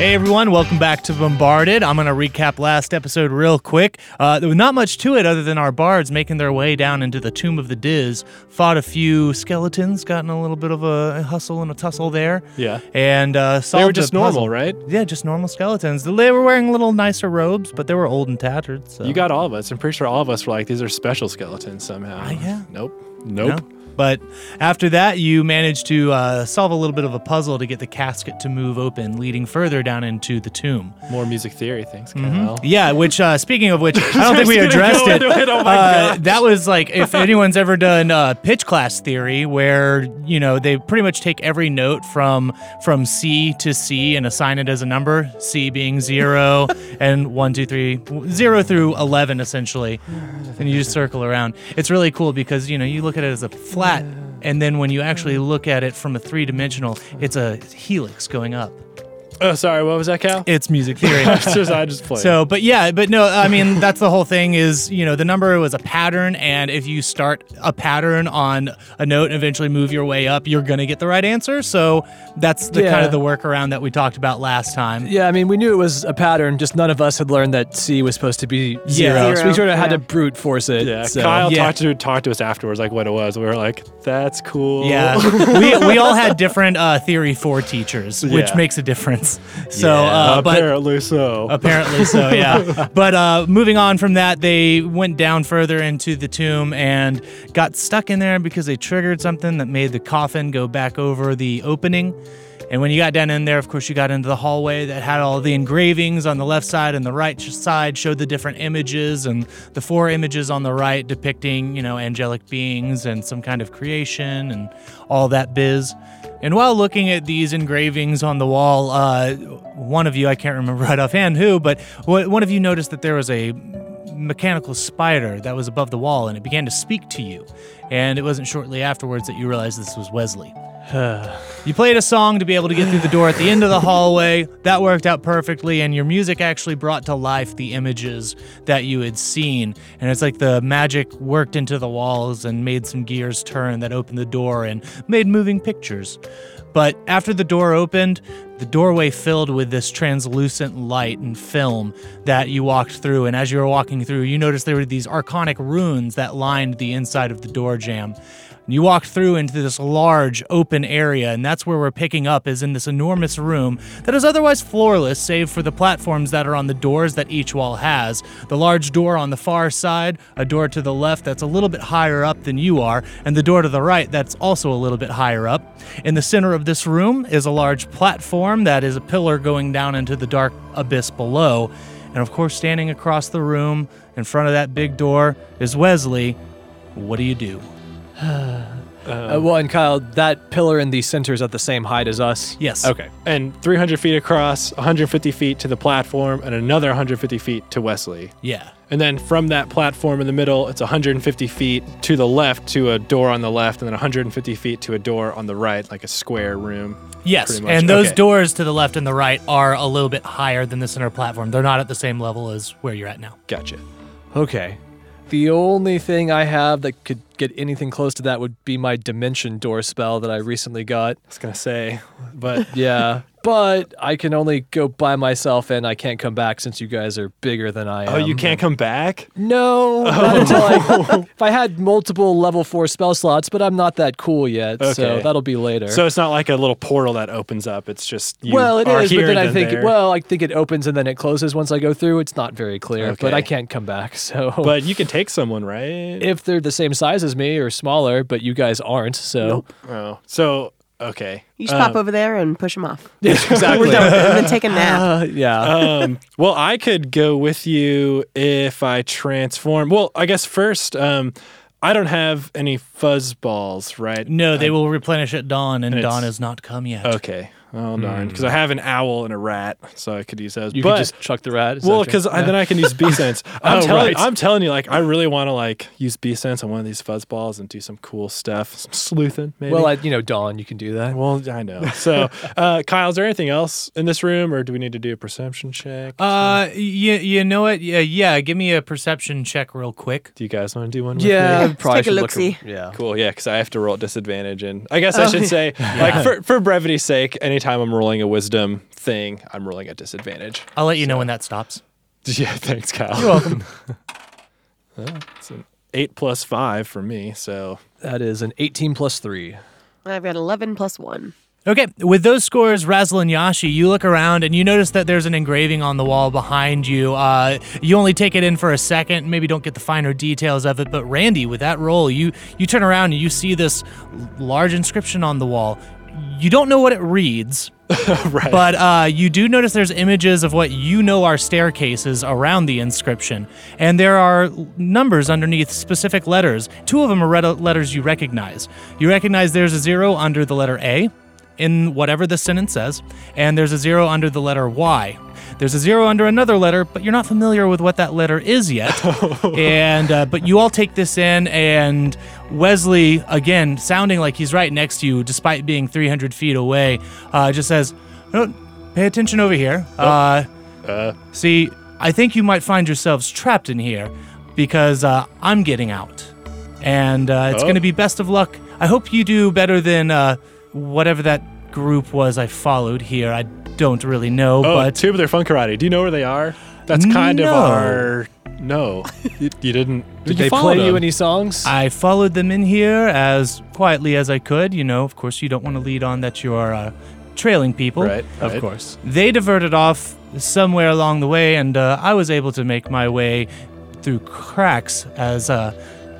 Hey everyone, welcome back to Bombarded. I'm going to recap last episode real quick. Uh, there was not much to it other than our bards making their way down into the Tomb of the Diz, fought a few skeletons, gotten a little bit of a hustle and a tussle there. Yeah. And uh, They solved were just a puzzle. normal, right? Yeah, just normal skeletons. They were wearing little nicer robes, but they were old and tattered. So. You got all of us. I'm pretty sure all of us were like, these are special skeletons somehow. Ah, yeah. Nope. No. Nope. But after that, you manage to uh, solve a little bit of a puzzle to get the casket to move open, leading further down into the tomb. More music theory things, Kyle. Yeah, which, uh, speaking of which, I don't think we Just gonna addressed go it. into it. Oh my uh, gosh. that was like, if anyone's ever done uh, pitch class theory, where, you know, they pretty much take every note from from C to C and assign it as a number, C being zero, and one, two, three, zero through 11, essentially. And you just circle around. It's really cool because, you know, you look at it as a flat, and then when you actually look at it from a three dimensional, it's a helix going up. Oh, sorry. What was that, Cal? It's music theory. I just, I just played. So, but yeah, but no, I mean, that's the whole thing is, you know, the number was a pattern. And if you start a pattern on a note and eventually move your way up, you're going to get the right answer. So that's the kind Yeah. of the workaround that we talked about last time. Yeah, I mean, we knew it was a pattern. Just none of us had learned that C was supposed to be zero, so Zero, we sort of had yeah. to brute force it. yeah. so- Kyle yeah. Talked, to, talked to us afterwards, like what it was. We were like, that's cool. Yeah, we, we all had different uh, theory for teachers, which Yeah. makes a difference. So, uh, but Uh, Apparently so. Apparently so, yeah. but uh, moving on from that, they went down further into the tomb and got stuck in there because they triggered something that made the coffin go back over the opening. And when you got down in there, of course, you got into the hallway that had all the engravings on the left side and the right sh- side showed the different images, and the four images on the right depicting, you know, angelic beings and some kind of creation and all that biz. And while looking at these engravings on the wall, uh, one of you, I can't remember right offhand who, but wh- one of you noticed that there was a mechanical spider that was above the wall and it began to speak to you. And it wasn't shortly afterwards that you realized this was Wesley. You played a song to be able to get through the door at the end of the hallway. That worked out perfectly, and your music actually brought to life the images that you had seen. And it's like the magic worked into the walls and made some gears turn that opened the door and made moving pictures. But after the door opened, the doorway filled with this translucent light and film that you walked through. And as you were walking through, you noticed there were these archonic runes that lined the inside of the door jamb. And you walk through into this large open area, and that's where we're picking up is in this enormous room that is otherwise floorless, save for the platforms that are on the doors that each wall has. The large door on the far side, a door to the left that's a little bit higher up than you are, and the door to the right that's also a little bit higher up. In the center of this room is a large platform that is a pillar going down into the dark abyss below. And of course, standing across the room in front of that big door is Wesley. What do you do? Uh, well, and Kyle, that pillar in the center is at the same height as us. Yes. Okay. And 300 feet across, 150 feet to the platform, and another 150 feet to Wesley. Yeah. And then from that platform in the middle, it's 150 feet to the left to a door on the left, and then 150 feet to a door on the right, like a square room. Yes, pretty much. and those Okay. doors to the left and the right are a little bit higher than the center platform. They're not at the same level as where you're at now. Gotcha. Okay. The only thing I have that could get anything close to that would be my dimension door spell that I recently got. I was gonna say, but Yeah. But I can only go by myself and I can't come back since you guys are bigger than I am. oh, you Oh, can't come back. No, not until I, if I had multiple level four spell slots, but I'm not that cool yet, so Okay. that'll be later. So it's not like a little portal that opens up. It's just you well, it are is, here but then I and think there. well, I think it opens and then it closes once I go through. It's not very clear, but Okay. I can't come back. So, But you can take someone, right? if they're the same size as me or smaller, but you guys aren't, so oh, so okay. You just pop over there and push him off. exactly. and then take a nap. Uh, yeah. um, well, I could go with you if I transform. Well, I guess first, um, I don't have any fuzz balls, right? No, they will replenish at dawn, and and dawn it's- has not come yet. Okay. Oh darn, because I have an owl and a rat, so I could use those. Hmm. you but could just chuck the rat. well, essentially. because then I can use B sense. I'm, Oh, telling, right. I'm telling you, like I really want to like use B sense on one of these fuzz balls and do some cool stuff, some sleuthing maybe. well, I, you know, Dawn, you can do that. well, I know. So, uh, Kyle, is there anything else in this room, or do we need to do a perception check? Uh, you, you know what? Yeah, yeah. Give me a perception check real quick. do you guys want to do one? with me? yeah, Let's probably take a should look look-see. Yeah. Oh, Cool, yeah, because I have to roll at disadvantage, and I guess I should say, like for, for brevity's sake, any anytime I'm rolling a wisdom thing, I'm rolling at disadvantage. I'll let you know when that stops. Yeah, thanks, Kyle. You're welcome. it's an eight plus five for me, so That is an 18 plus 3. I've got 11 plus 1. Okay, with those scores, Razzle and Yashi, you look around and you notice that there's an engraving on the wall behind you. Uh, you only take it in for a second, maybe don't get the finer details of it, but Randy, with that roll, you, you turn around and you see this l- large inscription on the wall. You don't know what it reads, right. but uh, you do notice there's images of what you know are staircases around the inscription, and there are l- numbers underneath specific letters. Two of them are red letters you recognize. You recognize there's a zero under the letter A in whatever the sentence says, and there's a zero under the letter Y. There's a zero under another letter, but you're not familiar with what that letter is yet. and uh, but you all take this in, and Wesley, again, sounding like he's right next to you, despite being 300 feet away, uh, just says, no, pay attention over here. Oh. Uh, see, I think you might find yourselves trapped in here because uh, I'm getting out. And uh, it's Oh. going to be best of luck. I hope you do better than uh, whatever that group was I followed here. I don't really know, oh, but tubular fun karate. Do you know where they are? That's kind No. of our no. you, you didn't. Did they play you any songs? I followed them in here as quietly as I could. You know, of course, you don't want to lead on that you're uh, trailing people. Right, Of right. course. They diverted off somewhere along the way, and uh, I was able to make my way through cracks as uh,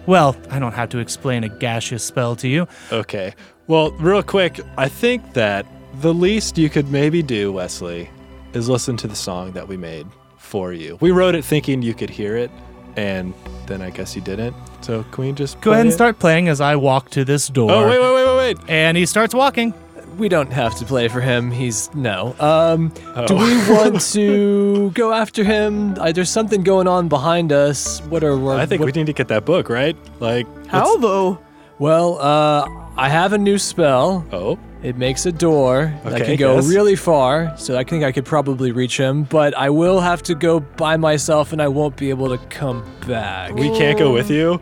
well. I don't have to explain a gaseous spell to you. Okay. Well, real quick, I think that the least you could maybe do, Wesley, is listen to the song that we made for you. We wrote it thinking you could hear it, and then I guess you didn't. So can we just Go play ahead and it? start playing as I walk to this door. Oh wait, wait, wait, wait, wait. And he starts walking. we don't have to play for him. He's no. Um, Do Oh. we want to go after him? Uh, There's something going on behind us. What are we? I think we what, need to get that book, right? Like How though? Well, uh, I have a new spell. Oh, It makes a door that Okay, can go yes. really far, so I think I could probably reach him. But I will have to go by myself, and I won't be able to come back. we can't go with you.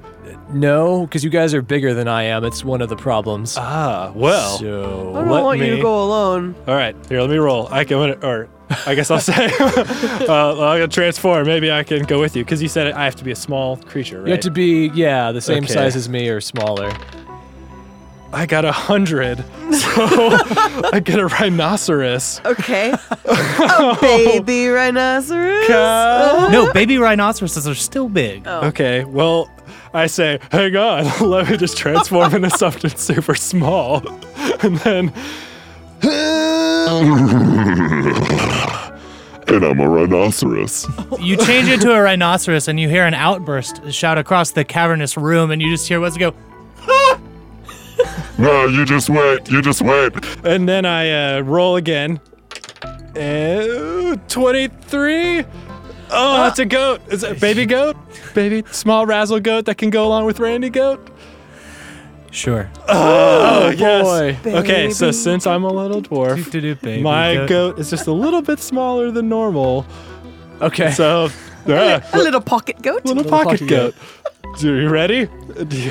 no, because you guys are bigger than I am. It's one of the problems. Ah, well. so I don't Let want you me- to go alone. All right, here, let me roll. I can, or I guess I'll say, uh, I'm gonna transform. Maybe I can go with you because you said I have to be a small creature, right? you have to be yeah the same Okay. size as me or smaller. I got a hundred, so I get a rhinoceros. Okay. oh, baby rhinoceros. No, baby rhinoceroses are still big. Okay, well, I say, hang on, let me just transform into something super small, and then and I'm a rhinoceros. You change into a rhinoceros and you hear an outburst shout across the cavernous room, and you just hear Wesley go, no, you just went. You just went. and then I uh, roll again. And twenty-three. Oh, that's a goat. Is it a baby goat? Baby small razzle goat that can go along with Randy goat. Sure. Oh, yes. boy. Okay, so Baby. since I'm a little dwarf, my My go- goat is just a little bit smaller than normal. Okay. So, yeah, A little pocket goat. little pocket goat. Do you ready? Do you,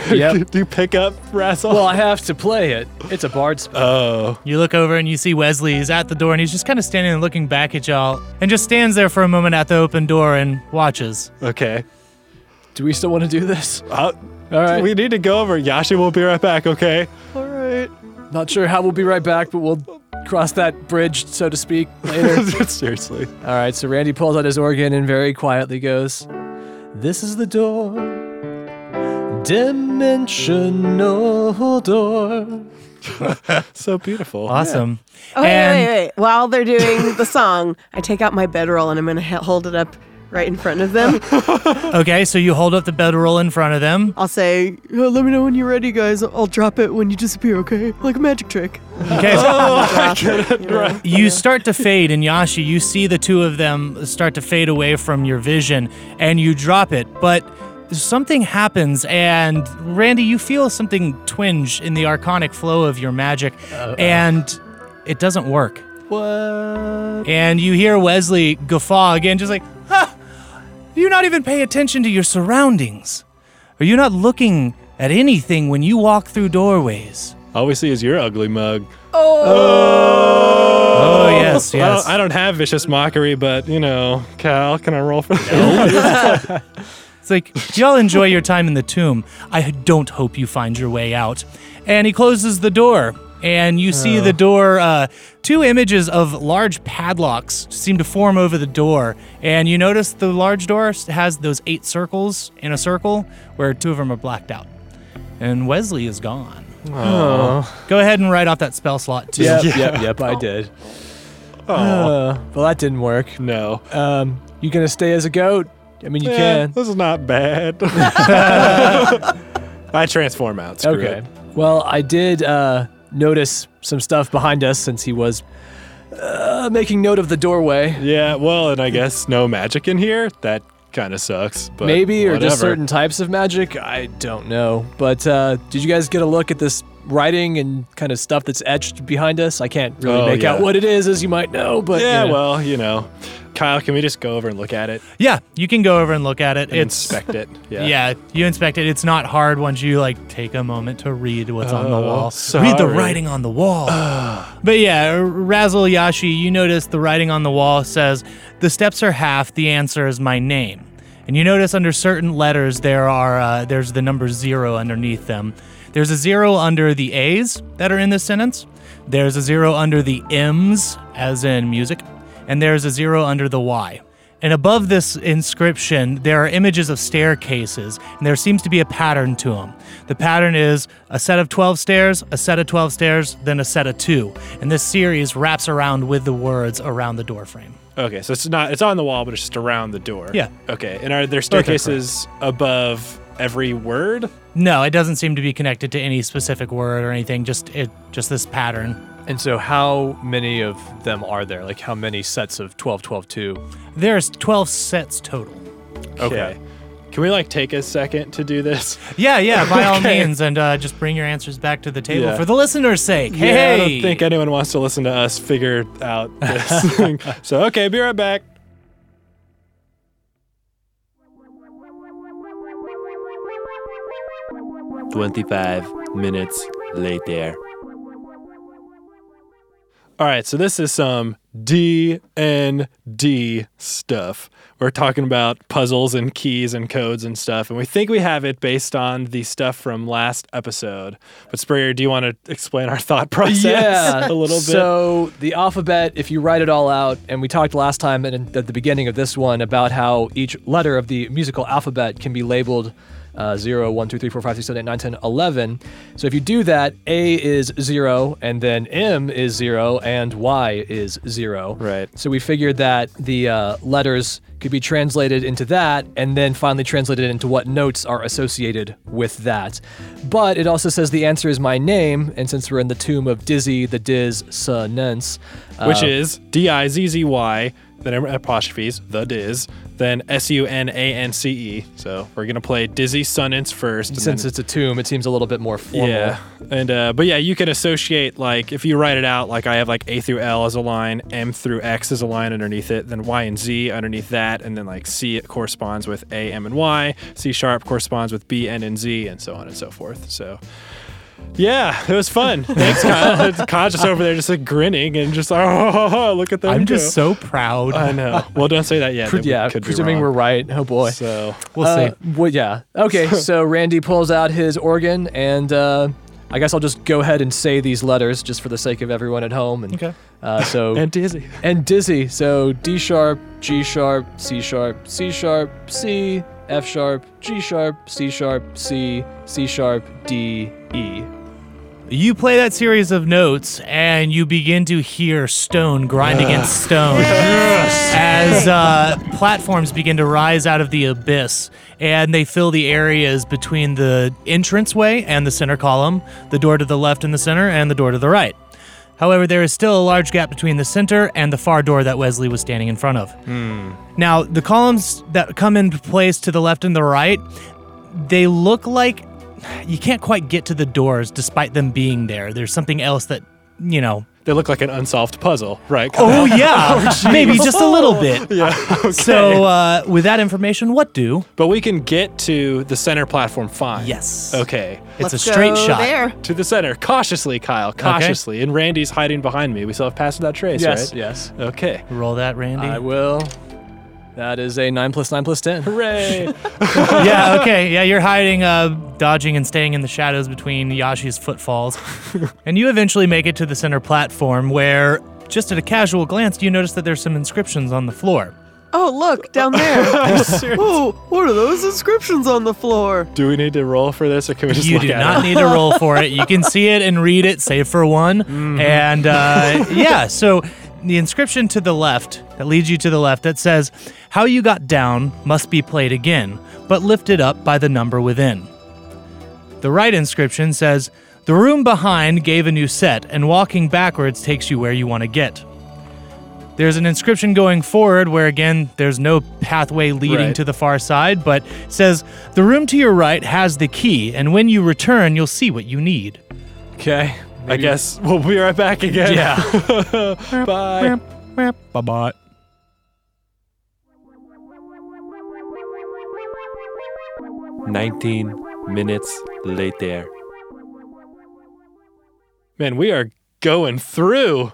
Yep. do you pick up Razzle? well, I have to play it. It's a bard spell. oh, You look over and you see Wesley is at the door and he's just kind of standing and looking back at y'all and just stands there for a moment at the open door and watches. okay. Do we still want to do this? Uh, All right. We need to go over. Yashi will be right back, okay? All right. Not sure how we'll be right back, but we'll cross that bridge, so to speak, later. Seriously. All right, so Randy pulls out his organ and very quietly goes, This is the door. Dimensional door. So beautiful. Awesome. Oh, wait, and wait, wait, wait. While they're doing the song, I take out my bedroll and I'm going to hold it up right in front of them. okay, so you hold up the bedroll in front of them. I'll say, "Oh, let me know when you're ready, guys. I'll drop it when you disappear, okay? Like a magic trick. Okay. I get it, right. you start to fade and Yashi, you see the two of them start to fade away from your vision and you drop it, but something happens and Randy, you feel something twinge in the arconic flow of your magic and it doesn't work. What? And you hear Wesley guffaw again just like, "Ha! You not even pay attention to your surroundings. Are you not looking at anything when you walk through doorways?" All we see is your ugly mug. Oh, Yes, I don't- yes. I, don't, have vicious mockery, but you know, Cal, can I roll for that? It's like, y'all enjoy your time in the tomb. I don't hope you find your way out. And he closes the door, and you see the door. Uh, two images of large padlocks seem to form over the door. And you notice the large door s- has those eight circles in a circle, where two of them are blacked out. And Wesley is gone. Go ahead and write off that spell slot, too. Yep, yep, yep, I did. Uh, well, that didn't work. No. Um, you gonna stay as a goat? I mean, you Yeah, can. This is not bad. I transform out. Screw Okay. it. Well, I did uh, notice some stuff behind us since he was uh, making note of the doorway. Yeah, well, and I guess no magic in here. That kind of sucks. But Maybe, or just whatever. certain types of magic. I don't know. But uh, did you guys get a look at this writing and kind of stuff that's etched behind us? I can't really Oh, make out yeah. what it is, as you might know. But Yeah, you know. well, you know. Kyle, can we just go over and look at it? Yeah, you can go over and look at it. And It's inspect it. Yeah. Yeah. you inspect it. It's not hard once you like take a moment to read what's on the Oh, wall. Read the sorry. writing on the wall. but yeah, Razzle Yashi, you notice the writing on the wall says, "The steps are half. The answer is my name." And you notice under certain letters there are uh, there's the number zero underneath them. There's a zero under the A's that are in this sentence. There's a zero under the M's, as in music, and there's a zero under the Y. And above this inscription, there are images of staircases, and there seems to be a pattern to them. The pattern is a set of 12 stairs, a set of 12 stairs, then a set of two. And this series wraps around with the words around the doorframe. Okay, so it's not it's on the wall, but it's just around the door. Yeah. Okay. And are there staircases above every word? No, it doesn't seem to be connected to any specific word or anything, just it just this pattern. And so, how many of them are there? Like, how many sets of 12, 12, 2? There's 12 sets total. Okay. Can we like take a second to do this? Yeah, yeah, by all means, and uh, just bring your answers back to the table Yeah. for the listener's sake. Hey, Yeah, I hey. don't think anyone wants to listen to us figure out this thing. So okay, be right back. Twenty-five minutes later. All right, so this is some D and D stuff. We're talking about puzzles and keys and codes and stuff, and we think we have it based on the stuff from last episode. But Sprayer, do you want to explain our thought process a little bit? So the alphabet, if you write it all out, and we talked last time and at the beginning of this one about how each letter of the musical alphabet can be labeled uh, 0, 1, 2, 3, 4, 5, 6, 7, 8, 9, 10, 11. So if you do that, A is 0, and then M is 0, and Y is 0. Right. So we figured that the uh, letters could be translated into that and then finally translated into what notes are associated with that. But it also says the answer is my name, and since we're in the tomb of Dizzy, the Diz Nence, uh, which is D I Z Z Y, then apostrophes, the Diz, then S U N A N C E. So we're going to play Dizzy Sunnance first. and since then- it's a tomb, it seems a little bit more formal. yeah. And, uh, but yeah, you can associate, like, if you write it out, like I have like A through L as a line, M through X as a line underneath it, then Y and Z underneath that, and then like C it corresponds with A, M, and Y, C sharp corresponds with B, N, and Z, and so on and so forth. So. Yeah, it was fun. Thanks, Kyle. Kyle's just over there, just like grinning and just like, oh, look at that. I'm just so proud. I know. Well, don't say that yet. Pre- that we yeah, could be presuming wrong. we're right. Oh boy. So, we'll Uh, see. well, yeah. Okay, so Randy pulls out his organ, and uh, I guess I'll just go ahead and say these letters just for the sake of everyone at home. And, Okay. Uh, so and dizzy. and dizzy. So D sharp, G sharp, C sharp, C sharp, C, F sharp, G sharp, C sharp, C, C sharp, D, E. You play that series of notes, and you begin to hear stone grind against stone as uh, platforms begin to rise out of the abyss, and they fill the areas between the entranceway and the center column, the door to the left and the center, and the door to the right. However, there is still a large gap between the center and the far door that Wesley was standing in front of. Now, the columns that come into place to the left and the right, they look like you can't quite get to the doors despite them being there. There's something else that, you know, They look like an unsolved puzzle, right? Oh yeah, maybe just a little bit. yeah. So uh, with that information, what do? But we can get to the center platform fine. Yes. Okay. It's Let's a straight go shot. There. To the center, cautiously, Kyle, cautiously. And Randy's hiding behind me. We still have passed that trace, Yes, right? yes. Okay. Roll that, Randy. I will. That is a 9 plus 9 plus 10. Hooray! yeah. Okay. Yeah, you're hiding, uh, dodging, and staying in the shadows between Yashi's footfalls, and you eventually make it to the center platform where, just at a casual glance, you notice that there's some inscriptions on the floor. Oh, look down there. oh, what are those inscriptions on the floor? do we need to roll for this or can we just You look do at not it? need to roll for it. You can see it and read it, save for one. Mm-hmm. And uh, yeah, so the inscription to the left that leads you to the left that says, "How you got down must be played again, but lifted up by the number within." The right inscription says, "The room behind gave a new set, and walking backwards takes you where you want to get." There's an inscription going forward where, again, there's no pathway leading Right. to the far side, but says, The room to your right has the key, and when you return, you'll see what you need. Okay. I guess we'll be right back again. Yeah. Bye. Bye bye. Nineteen minutes later. Man, we are going through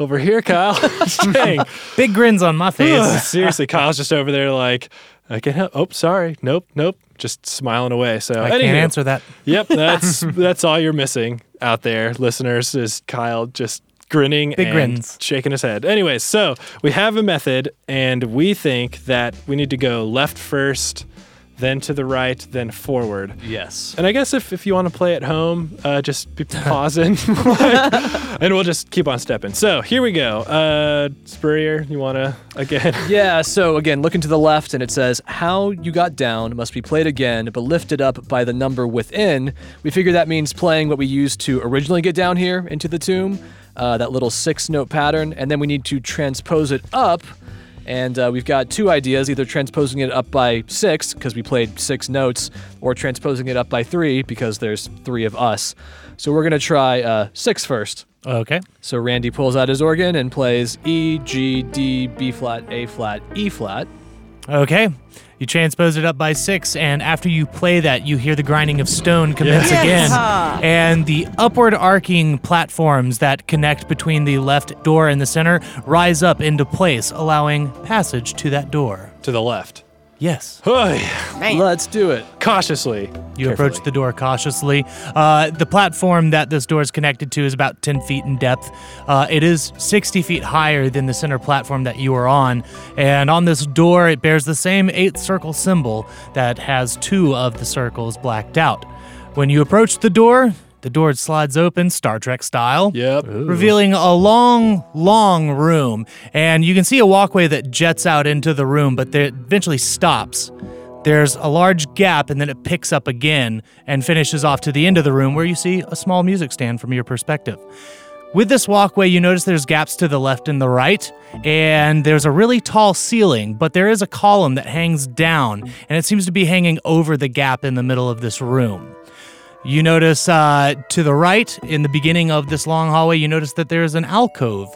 over here, Kyle. Dang. Big grins on my face. Seriously, Kyle's just over there like, I can't help. Oh, sorry. Nope, nope. Just smiling away. So I can't anywho. answer that. Yep, that's that's all you're missing out there, listeners. Is Kyle just grinning Big and grins. shaking his head? Anyways, so we have a method, and we think that we need to go left first, then to the right, then forward. Yes. And I guess if, if you want to play at home, uh, just be pausing, like, and we'll just keep on stepping. So here we go. Uh, Spurrier, you want to again? Yeah, so again, looking to the left, and it says, How you got down must be played again, but lifted up by the number within. We figure that means playing what we used to originally get down here into the tomb, uh, that little six note pattern, and then we need to transpose it up. And uh, we've got two ideas either transposing it up by six, because we played six notes, or transposing it up by three, because there's three of us. So we're going to try uh, six first. Okay. So Randy pulls out his organ and plays E, G, D, B flat, A flat, E flat. Okay. You transpose it up by six, and after you play that, you hear the grinding of stone commence Yeah. again. Yeehaw. And the upward arcing platforms that connect between the left door and the center rise up into place, allowing passage to that door. to the left. Yes. Oy, Man. Let's do it. cautiously. You approach the door cautiously. Uh, the platform that this door is connected to is about 10 feet in depth. Uh, it is 60 feet higher than the center platform that you are on. And on this door, it bears the same eight circle symbol that has two of the circles blacked out. When you approach the door, the door slides open, Star Trek style Yep. revealing a long, long room. And you can see a walkway that jets out into the room, but it eventually stops. There's a large gap, and then it picks up again and finishes off to the end of the room where you see a small music stand from your perspective. With this walkway, you notice there's gaps to the left and the right, and there's a really tall ceiling, but there is a column that hangs down, and it seems to be hanging over the gap in the middle of this room. You notice uh, to the right in the beginning of this long hallway, you notice that there is an alcove.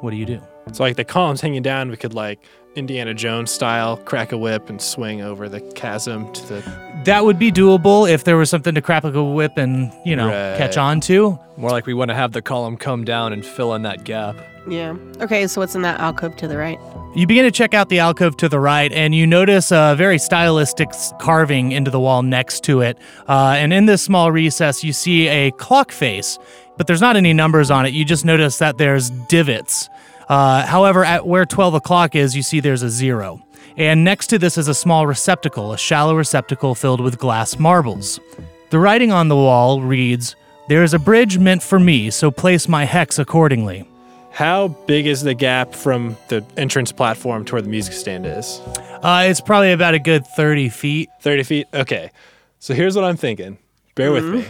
What do you do? So like the columns hanging down, we could like Indiana Jones style crack a whip and swing over the chasm to the. That would be doable if there was something to crack like a whip and, you know, Right. catch on to. More like we want to have the column come down and fill in that gap. Yeah. Okay, so what's in that alcove to the right? You begin to check out the alcove to the right, and you notice a very stylistic s- carving into the wall next to it. Uh, and in this small recess, you see a clock face, but there's not any numbers on it. You just notice that there's divots. Uh, however, at where 12 o'clock is, you see there's a zero. And next to this is a small receptacle, a shallow receptacle filled with glass marbles. The writing on the wall reads, There is a bridge meant for me, so place my hex accordingly. How big is the gap from the entrance platform to where the music stand is? Uh, it's probably about a good 30 feet. Thirty feet. Okay. So here's what I'm thinking. Bear with me.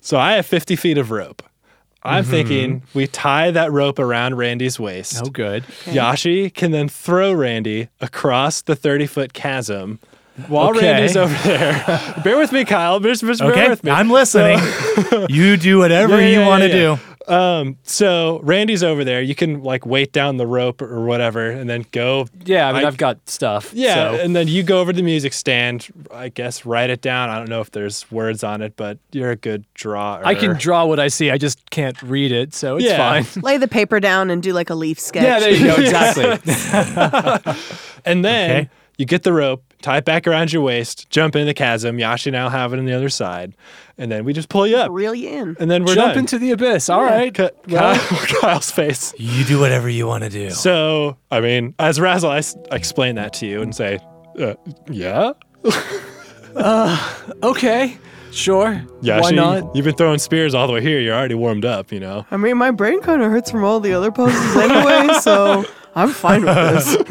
So I have fifty feet of rope. I'm Mm-hmm. thinking we tie that rope around Randy's waist. Oh, good. Yashi can then throw Randy across the 30 foot chasm while Okay. Randy's over there. bear with me, Kyle. Just, just bear Okay, with me. I'm listening. you do whatever Yeah, you yeah, want to yeah, yeah. do. Um, so Randy's over there. You can like wait down the rope or whatever, and then go. Yeah, I mean, I- I, have got stuff. Yeah, so- and then you go over to the music stand. I guess write it down. I don't know if there's words on it, but you're a good drawer. I can draw what I see. I just can't read it, so it's Yeah. fine. Lay the paper down and do like a leaf sketch. Yeah, there you go. Exactly. And then Okay. you get the rope, tie it back around your waist, jump in the chasm. Yashi and I'll have it on the other side, and then we just pull you up. Reel you in. And then we're Jump done. into the abyss. All right. Cut- Kyle- Kyle's face. You do whatever you want to do. So, I mean, as Razzle, I s- explain that to you and say, uh, yeah? Okay. Sure. Yashi, Why not? You've been throwing spears all the way here. You're already warmed up, you know? I mean, my brain kind of hurts from all the other poses anyway, so I'm fine with this.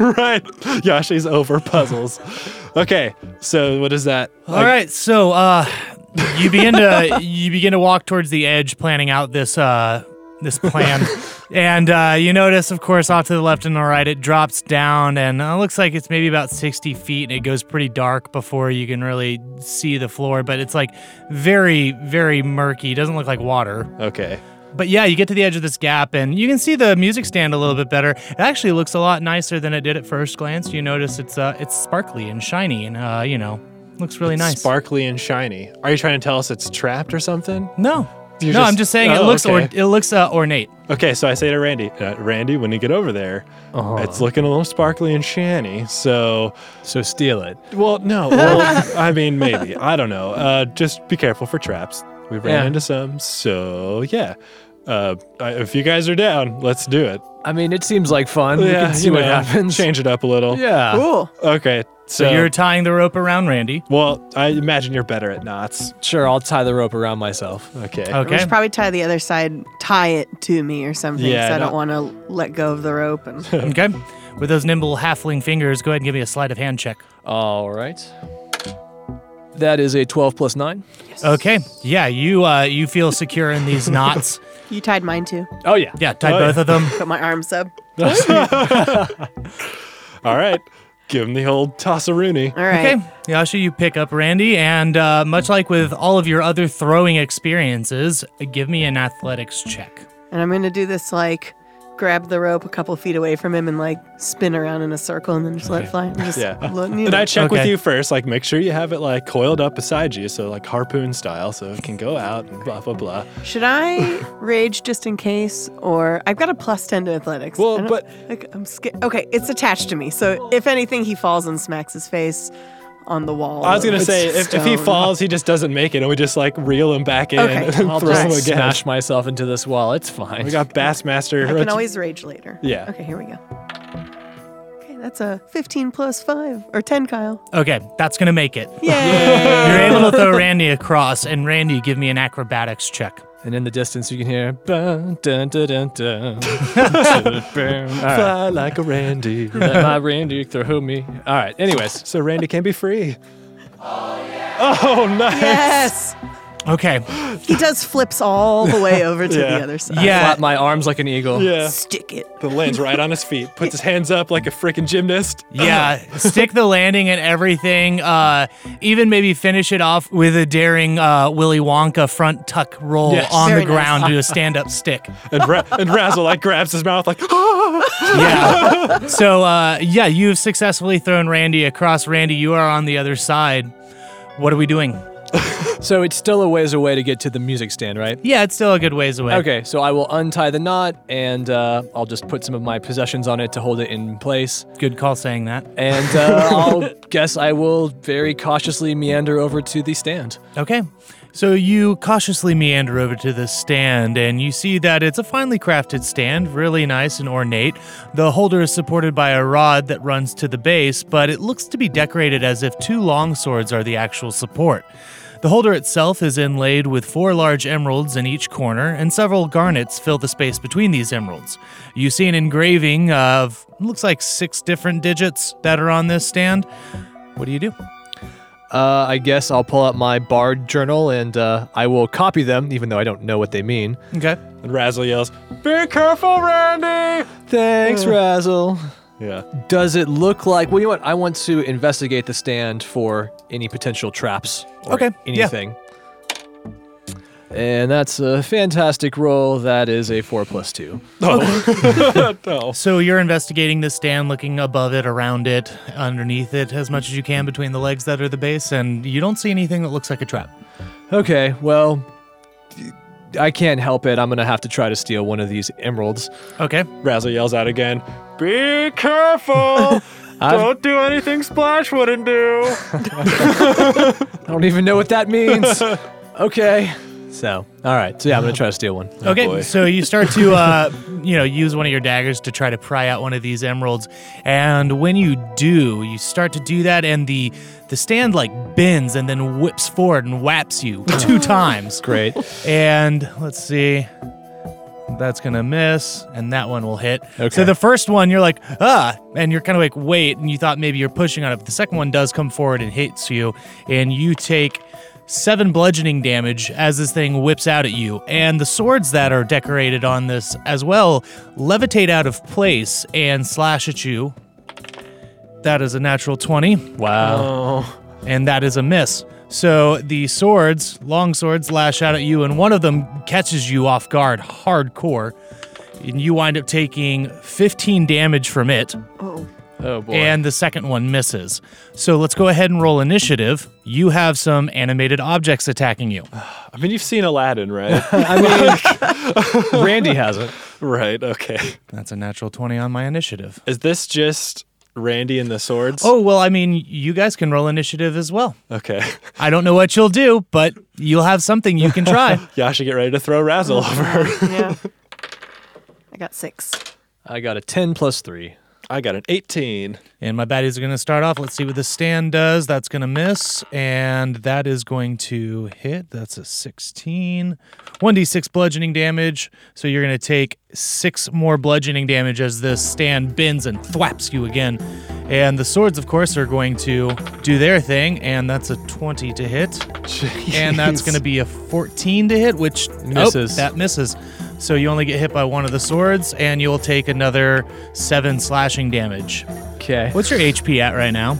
right. Yashi's over puzzles. Okay. So, what is that? All right, so uh, you begin to you begin to walk towards the edge, planning out this uh, this plan, and uh, you notice, of course, off to the left and the right, it drops down, and uh, looks like it's maybe about sixty feet, and it goes pretty dark before you can really see the floor, but it's like very very murky. Doesn't look like water. Okay. But yeah, you get to the edge of this gap and you can see the music stand a little bit better. It actually looks a lot nicer than it did at first glance. You notice it's uh it's sparkly and shiny and uh, you know, looks really nice. Sparkly and shiny. Are you trying to tell us it's trapped or something? no. You're no, just- I'm just saying it Oh, looks or, okay. it looks uh, ornate. Okay, so I say to Randy, uh, Randy, when you get over there, Uh-huh. it's looking a little sparkly and shiny. So, So steal it. well, no, well, I mean, maybe I don't know. Uh, just be careful for traps. We ran Yeah. into some, so yeah. Uh, I- if you guys are down, let's do it. I mean, it seems like fun. we Yeah, can see you what know, happens. Change it up a little. Yeah. Cool. Okay. So, So you're tying the rope around Randy. well, I imagine you're better at knots. Sure, I'll tie the rope around myself. Okay. We Okay. should probably tie the other side, tie it to me or something, Yeah, so I no- don't want to let go of the rope. And okay. With those nimble halfling fingers, go ahead and give me a sleight of hand check. All right. That is a 12 plus 9. Okay. Yeah, you uh you feel secure in these knots. you tied mine too. Oh, yeah. Yeah, tie Oh, both of them. Put my arms up. All right. Give him the old tossaroonie. All right. Okay, Yasha, you pick up Randy, and uh, much like with all of your other throwing experiences, give me an athletics check. And I'm going to do this like grab the rope a couple feet away from him and like spin around in a circle and then just let it fly. And just Yeah. let- you And know. I check with Okay. you first, like make sure you have it like coiled up beside you, so like harpoon style, so it can go out and blah blah blah. Should I rage just in case, or I've got a plus ten to athletics? Well, I don't- but- like, I'm scared. Okay, it's attached to me, so if anything, he falls and smacks his face on the wall. I was gonna or say if, if he stone. falls, he just doesn't make it, and we just like reel him back in Okay. and throw I'll him again. just Smash myself into this wall. It's fine. We got Bassmaster. I rot- can always rage later. Yeah. Okay, here we go. Okay, that's a fifteen plus five or ten, Kyle. Okay, that's gonna make it. Yay! You're able to throw Randy across, and Randy, give me an acrobatics check. and in the distance, you can hear. Dun, dun, dun, dun, dun. All right. fly like a Randy. Let my Randy throw me. All right. Anyways, so Randy can be free. Oh, nice. yes, Okay, he does flips all the way over to Yeah. the other side. Yeah. flap my arms like an eagle. Yeah. Stick it. The lands right on his feet, puts his hands up like a freaking gymnast. yeah, stick the landing and everything. Uh, even maybe finish it off with a daring uh, Willy Wonka front tuck roll Yes. on Very the nice. ground to a stand up stick. And, Ra- and Razzle like grabs his mouth like, yeah. So uh, yeah, you've successfully thrown Randy across. Randy, you are on the other side. What are we doing? So it's still a ways away to get to the music stand, right? Yeah, it's still a good ways away. Okay, so I will untie the knot and uh, I'll just put some of my possessions on it to hold it in place. Good call saying that. And uh, I'll guess I will very cautiously meander over to the stand. Okay. So you cautiously meander over to the stand and you see that it's a finely crafted stand, really nice and ornate. The holder is supported by a rod that runs to the base, but it looks to be decorated as if two long swords are the actual support. The holder itself is inlaid with four large emeralds in each corner, and several garnets fill the space between these emeralds. You see an engraving of looks like six different digits that are on this stand. What do you do? Uh, I guess I'll pull out my bard journal and uh, I will copy them, even though I don't know what they mean. Okay. and Razzle yells, Be careful, Randy! Thanks, Razzle. Yeah. Does it look like? Well, you know what? I want to investigate the stand for any potential traps or Okay, yeah. anything. And that's a fantastic roll. That is a four plus two. No. So you're investigating this stand, looking above it, around it, underneath it, as much as you can between the legs that are the base, and you don't see anything that looks like a trap. Okay, well, I can't help it. I'm gonna have to try to steal one of these emeralds. Okay. Oh, Razzle yells out again. Be careful! Don't do anything Splash wouldn't do. I don't even know what that means. okay. So, all right. So yeah, I'm gonna try to steal one. Okay, boy. so you start to, uh, you know, use one of your daggers to try to pry out one of these emeralds, and when you do, you start to do that, and the the stand like bends and then whips forward and whaps you two times. Great. And let's see. That's gonna miss, and that one will hit. Okay. So the first one, you're like, ah, and you're kind of like, wait, and you thought maybe you're pushing on it. But the second one does come forward and hits you, and you take seven bludgeoning damage as this thing whips out at you. And the swords that are decorated on this as well levitate out of place and slash at you. That is a natural 20 Wow. and that is a miss. So the swords, long swords, lash out at you, and one of them catches you off guard hardcore. And you wind up taking 15 damage from it, Oh, Oh boy. and the second one misses. So let's go ahead and roll initiative. You have some animated objects attacking you. I mean, you've seen Aladdin, right? Randy hasn't. right, okay. That's a natural 20 on my initiative. Is this just Randy and the swords? Oh, well, I mean, you guys can roll initiative as well. Okay. I don't know what you'll do, but you'll have something you can try. Y'all should get ready to throw Razzle over. yeah. I got six. I got a ten plus three. I got an 18. And my baddies are going to start off. Let's see what the stand does. That's going to miss. And that is going to hit. That's a 16. 1d6 bludgeoning damage. So you're going to take six more bludgeoning damage as this stand bends and thwaps you again. And the swords, of course, are going to do their thing. And that's a 20 to hit. And that's going to be a 14 to hit, which oh, Misses. that misses. So you only get hit by one of the swords, and you'll take another seven slashing damage. Okay. What's your HP at right now?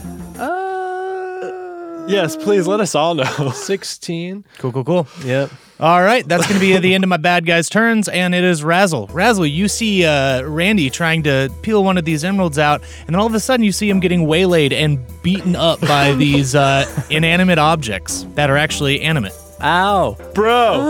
Yes, please let us all know. Sixteen. Cool, cool, cool. Yep. All right, that's going to be the end of my bad guys' turns, and it is Razzle. Razzle, you see uh, Randy trying to peel one of these emeralds out, and then all of a sudden you see him getting waylaid and beaten up by these uh, inanimate objects that are actually animate. Ow. Bro!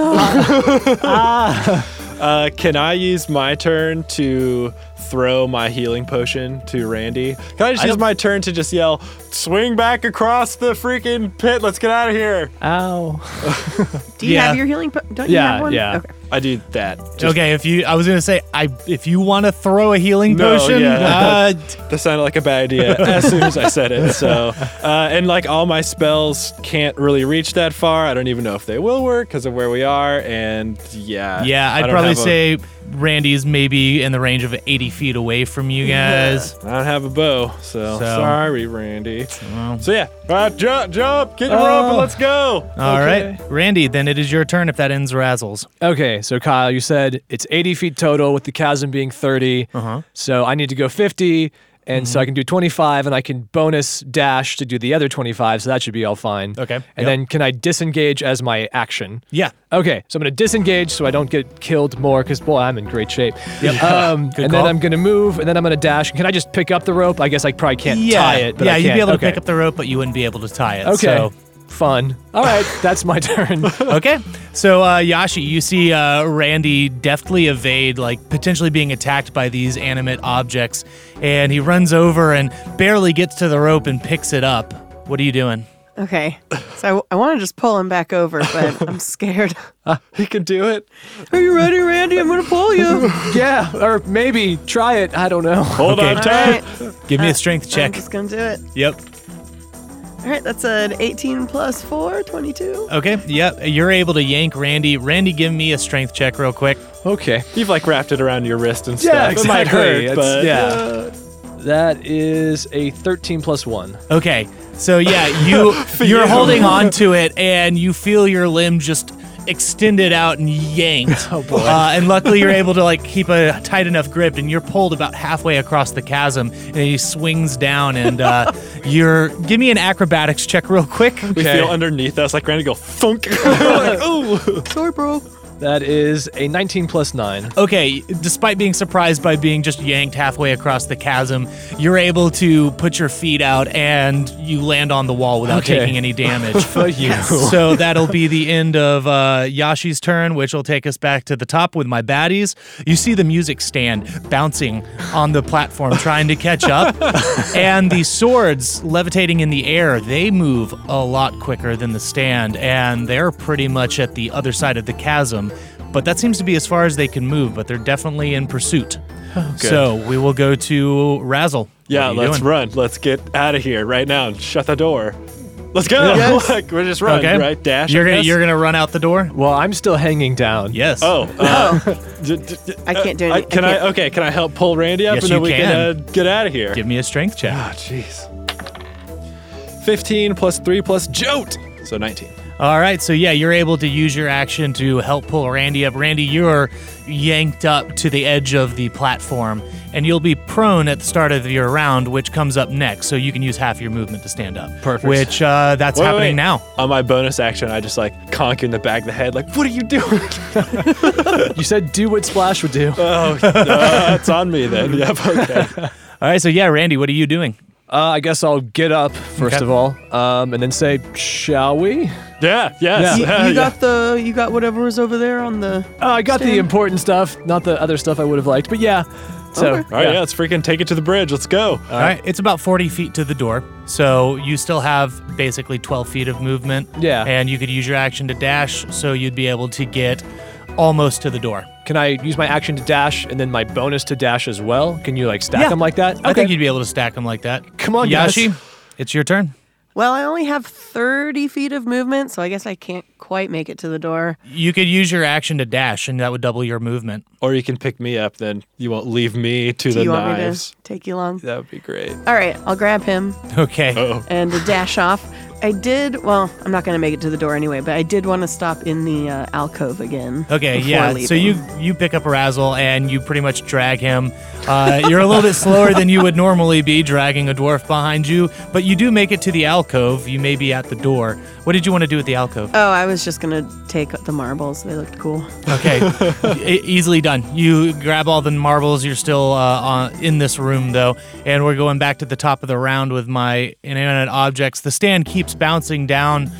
Ah. uh, can I use my turn to throw my healing potion to Randy? Can I just use my turn to just yell, swing back across the freaking pit, let's get out of here? Ow. Do you Yeah. have your healing? Po- don't you Yeah, have one? yeah. Okay. I do that. Just- okay, if you, I was going to say, I if you want to throw a healing No, potion, yeah. uh, That sounded like a bad idea as soon as I said it. So, uh, and like all my spells can't really reach that far. I don't even know if they will work because of where we are. And yeah, yeah, I I'd don't probably have say a- Randy's maybe in the range of 80 feet away from you guys. I don't have a bow, So- so, sorry, Randy. Well. So yeah, uh, jump, jump, get your Oh. rope, and let's go. All right, Okay. Randy, then it is your turn if that ends Razzle's. Okay, so Kyle, you said it's 80 feet total with the chasm being 30. Uh-huh. So I need to go 50, and Mm-hmm. so I can do 25, and I can bonus dash to do the other 25, so that should be all fine. Okay, And yep. then can I disengage as my action? Yeah. Okay, so I'm gonna disengage so I don't get killed more, because boy, I'm in great shape. Yep. Um, Good and call. then I'm gonna move, and then I'm gonna dash. Can I just pick up the rope? I guess I probably can't yeah, tie it. But yeah, I you'd can. be able to okay. pick up the rope, but you wouldn't be able to tie it. Okay. So. Fun. All right, that's my turn. Okay, so uh, Yashi, you see uh, Randy deftly evade, like potentially being attacked by these animate objects, and he runs over and barely gets to the rope and picks it up. What are you doing? Okay. So I, want to just pull him back over, but I'm scared. He can do it. Are you ready, Randy? I'm gonna pull you. yeah, or maybe try it. I don't know. Hold Okay. on All tight. right. Give me a strength I'm check. just gonna do it. Yep. All right. That's an 18 plus 4, 22. Okay. Yep. You're able to yank Randy. Randy, give me a strength check real quick. Okay. You've like wrapped it around your wrist and stuff. Yeah, It might hurt, exactly. It's- but yeah. uh, That is a 13 plus 1. Okay. So yeah, you you're holding on to it and you feel your limb just extended out and yanked. Oh boy! Uh, and luckily, you're able to like keep a tight enough grip, and you're pulled about halfway across the chasm, and he swings down, and uh, you're. Give me an acrobatics check real quick. We feel underneath us like Randy go thunk. like, ooh. Sorry, bro. That is a 19 plus 9. Okay, despite being surprised by being just yanked halfway across the chasm, you're able to put your feet out and you land on the wall without Okay. taking any damage. But you. so that'll be the end of uh, Yashi's turn, which will take us back to the top with my baddies. You see the music stand bouncing on the platform, trying to catch up, and the swords levitating in the air. They move a lot quicker than the stand, and they're pretty much at the other side of the chasm. But that seems to be as far as they can move. But they're definitely in pursuit. So we will go to Razzle. Oh, Yeah, What are you let's doing? run. Let's get out of here right now and shut the door. Let's go. like, we're just running, Okay, right? Dash. I You're gonna guess? you're gonna run out the door. Well, I'm still hanging down. Yes. Oh, uh, d- d- d- I can't do uh, anything. I can I, can't- Okay, can I help pull Randy up Yes, and then you we can. can, uh, get out of here? Give me a strength check. Ah, jeez. 15 plus 3 plus Jote. So 19. All right, so yeah, you're able to use your action to help pull Randy up. Randy, you're yanked up to the edge of the platform, and you'll be prone at the start of your round, which comes up next. So you can use half your movement to stand up. Perfect. Which uh, that's Wait, happening wait. now. On my bonus action, I just like conk you in the back of the head, like, what are you doing? You said do what Splash would do. Uh, oh, uh, it's on me then. Yep, okay. All right, so yeah, Randy, what are you doing? Uh, I guess I'll get up, first Okay. of all, um, and then say, shall we? Yeah, yes. You, yeah, you got the you got whatever was over there on the. Uh, I got the Stand. important stuff, not the other stuff I would have liked, but yeah. So, Okay. All right, yeah. let's freaking take it to the bridge. Let's go. Uh, All right, it's about 40 feet to the door, so you still have basically 12 feet of movement. Yeah. And you could use your action to dash, so you'd be able to get almost to the door. Can I use my action to dash and then my bonus to dash as well? Can you like stack Yeah. them like that? I think you'd be able to stack them like that. Come on, guys. Yashi, it's your turn. Well, I only have thirty feet of movement, so I guess I can't quite make it to the door. You could use your action to dash, and that would double your movement. Or you can pick me up, then you won't leave me to Do the you want knives. me to take you along? That would be great. All right, I'll grab him Okay. Oh, and dash off. I did. Well, I'm not going to make it to the door anyway, but I did want to stop in the uh, alcove again. Okay, before yeah. So leaving. you you pick up Razzle and you pretty much drag him. Uh, you're a little bit slower than you would normally be dragging a dwarf behind you, but you do make it to the alcove. You may be at the door. What did you want to do with the alcove? Oh, I was just gonna take the marbles. They looked cool. Okay, E- easily done. You grab all the marbles. You're still uh, on, in this room though, and we're going back to the top of the round with my inanimate objects. The stand keeps bouncing down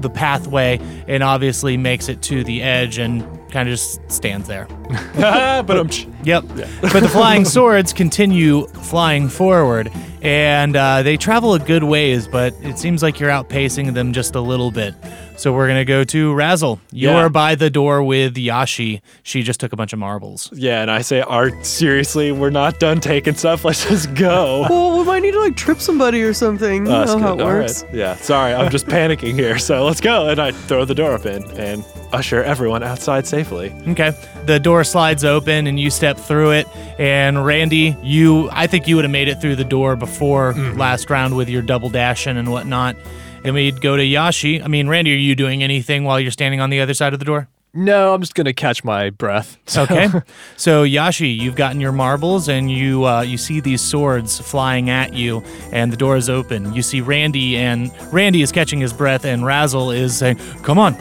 the pathway, and obviously makes it to the edge and kind of just stands there. but I'm. Yep. but the flying swords continue flying forward, and uh, they travel a good ways, but it seems like you're outpacing them just a little bit. So we're gonna go to Razzle. You're Yeah. by the door with Yashi. She just took a bunch of marbles. Yeah, and I say, "Art, seriously, we're not done taking stuff. Let's just go." Well, we might need to like trip somebody or something. You Uh, know it's how it good. All right. works. Yeah, sorry, I'm just panicking here. So let's go. And I throw the door open and usher everyone outside safely. Okay. The door slides open, and you step through it. And Randy, you, I think you would have made it through the door before last round with your double dashing and whatnot. And we'd go to Yashi. I mean, Randy, are you doing anything while you're standing on the other side of the door? no, I'm just going to catch my breath. So, Okay. so Yashi, you've gotten your marbles, and you uh, you see these swords flying at you, and the door is open. You see Randy, and Randy is catching his breath, and Razzle is saying, "Come on!"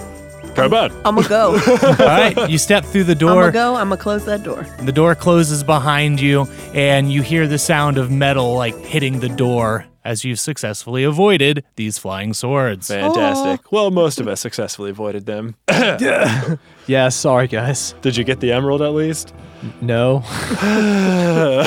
Come on. I'ma go. All right. you step through the I'ma door. go. I'ma close that door. The door closes behind you, and you hear the sound of metal like hitting the door as you've successfully avoided these flying swords. Fantastic. Well, most of us successfully avoided them. yeah, sorry guys. Did you get the emerald at least? No.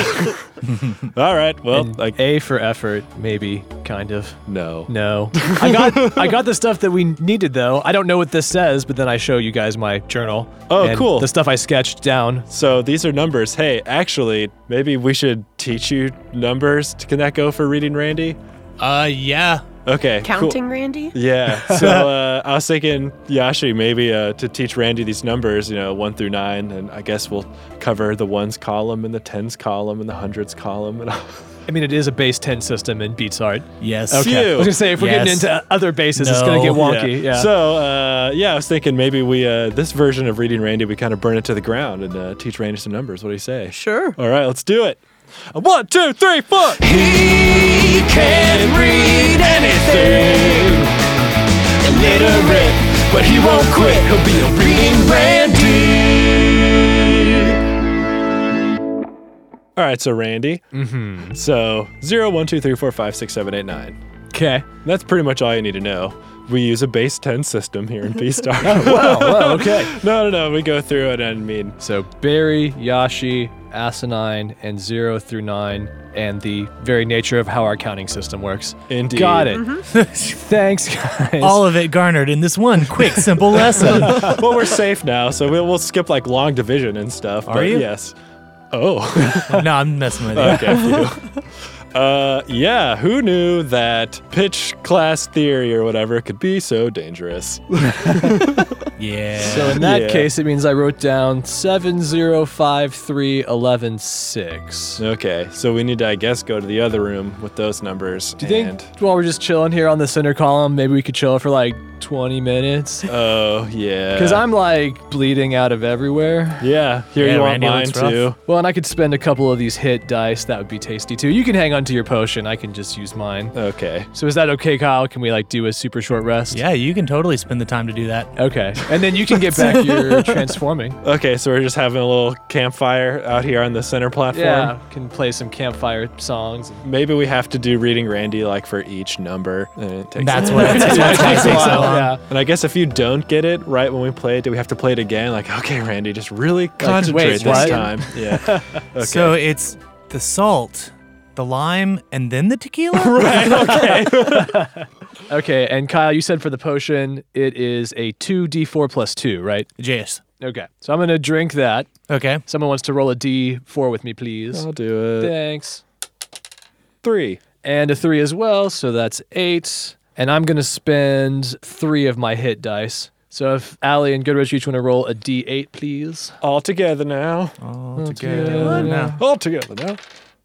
All right. Well, And like A for effort, maybe, kind of. no. No. I got I got the stuff that we needed though. I don't know what this says, but then I show you guys my journal. Oh, and cool. The stuff I sketched down. So these are numbers. Hey, actually, maybe we should teach you numbers. Can that go for reading, Randy? Uh, yeah. Okay. cool. Counting, Randy. Yeah. So uh, I was thinking, Yashi, maybe uh, to teach Randy these numbers, you know, one through nine, and I guess we'll cover the ones column and the tens column and the hundreds column. And I mean, it is a base 10 system in Beats Art. Yes. Okay. Phew. I was going to say, if we're getting Yes. into other bases, it's No. going to get wonky. Yeah. So uh, yeah, I was thinking maybe we uh, this version of reading Randy we kind of burn it to the ground and uh, teach Randy some numbers. What do you say? Sure. All right, let's do it. A One, two, three, four. He can read anything. Illiterate, but he won't quit. He'll be a reading Randy. All right, so Randy. Mm-hmm. So zero, one, two, three, four, five, six, seven, eight, nine. okay. That's pretty much all you need to know. We use a base ten system here in B Star. Wow. wow okay. no, no, no. We go through it. and I mean, So Barry, Yashi, Asinine, and zero through nine, and the very nature of how our counting system works. Indeed. Got it. Thanks, guys. All of it garnered in this one quick, simple lesson. well, we're safe now, so we'll, we'll skip like long division and stuff. Are but you? Yes. Oh. no, I'm messing with you. Uh, Okay. phew. uh, yeah. Who knew that pitch class theory or whatever could be so dangerous? Yeah. So in that Yeah. case, it means I wrote down seven zero five three eleven Oh, six. Okay. So we need to, I guess, go to the other room with those numbers. Do you think and- while we're just chilling here on the center column, maybe we could chill for like 20 minutes? Oh yeah. Because I'm like bleeding out of everywhere. Yeah. Here Yeah, you Randy are, mine looks rough. too. Well, and I could spend a couple of these hit dice. That would be tasty too. You can hang on to your potion. I can just use mine. Okay. So is that okay, Kyle? Can we like do a super short rest? yeah, you can totally spend the time to do that. Okay. And then you can get back your transforming. Okay. So we're just having a little campfire out here on the center platform. Yeah. Can play some campfire songs. Maybe we have to do reading Randy like for each number. And it takes That's what that's why it takes so long. Yeah. And I guess if you don't get it right when we play it, do we have to play it again? Like, okay, Randy, just really concentrate wait, this what? time. Yeah. Okay. So it's the salt, the lime, and then the tequila? Okay. And Kyle, you said for the potion, it is a 2d4 plus 2, right? Yes. Okay. So I'm going to drink that. Okay. Someone wants to roll a d4 with me, please. I'll do it. Thanks. Three. And a three as well, so that's eight. And I'm going to spend three of my hit dice. So if Allie and Goodrich each want to roll a d8, please. All together now. All together now. All together now.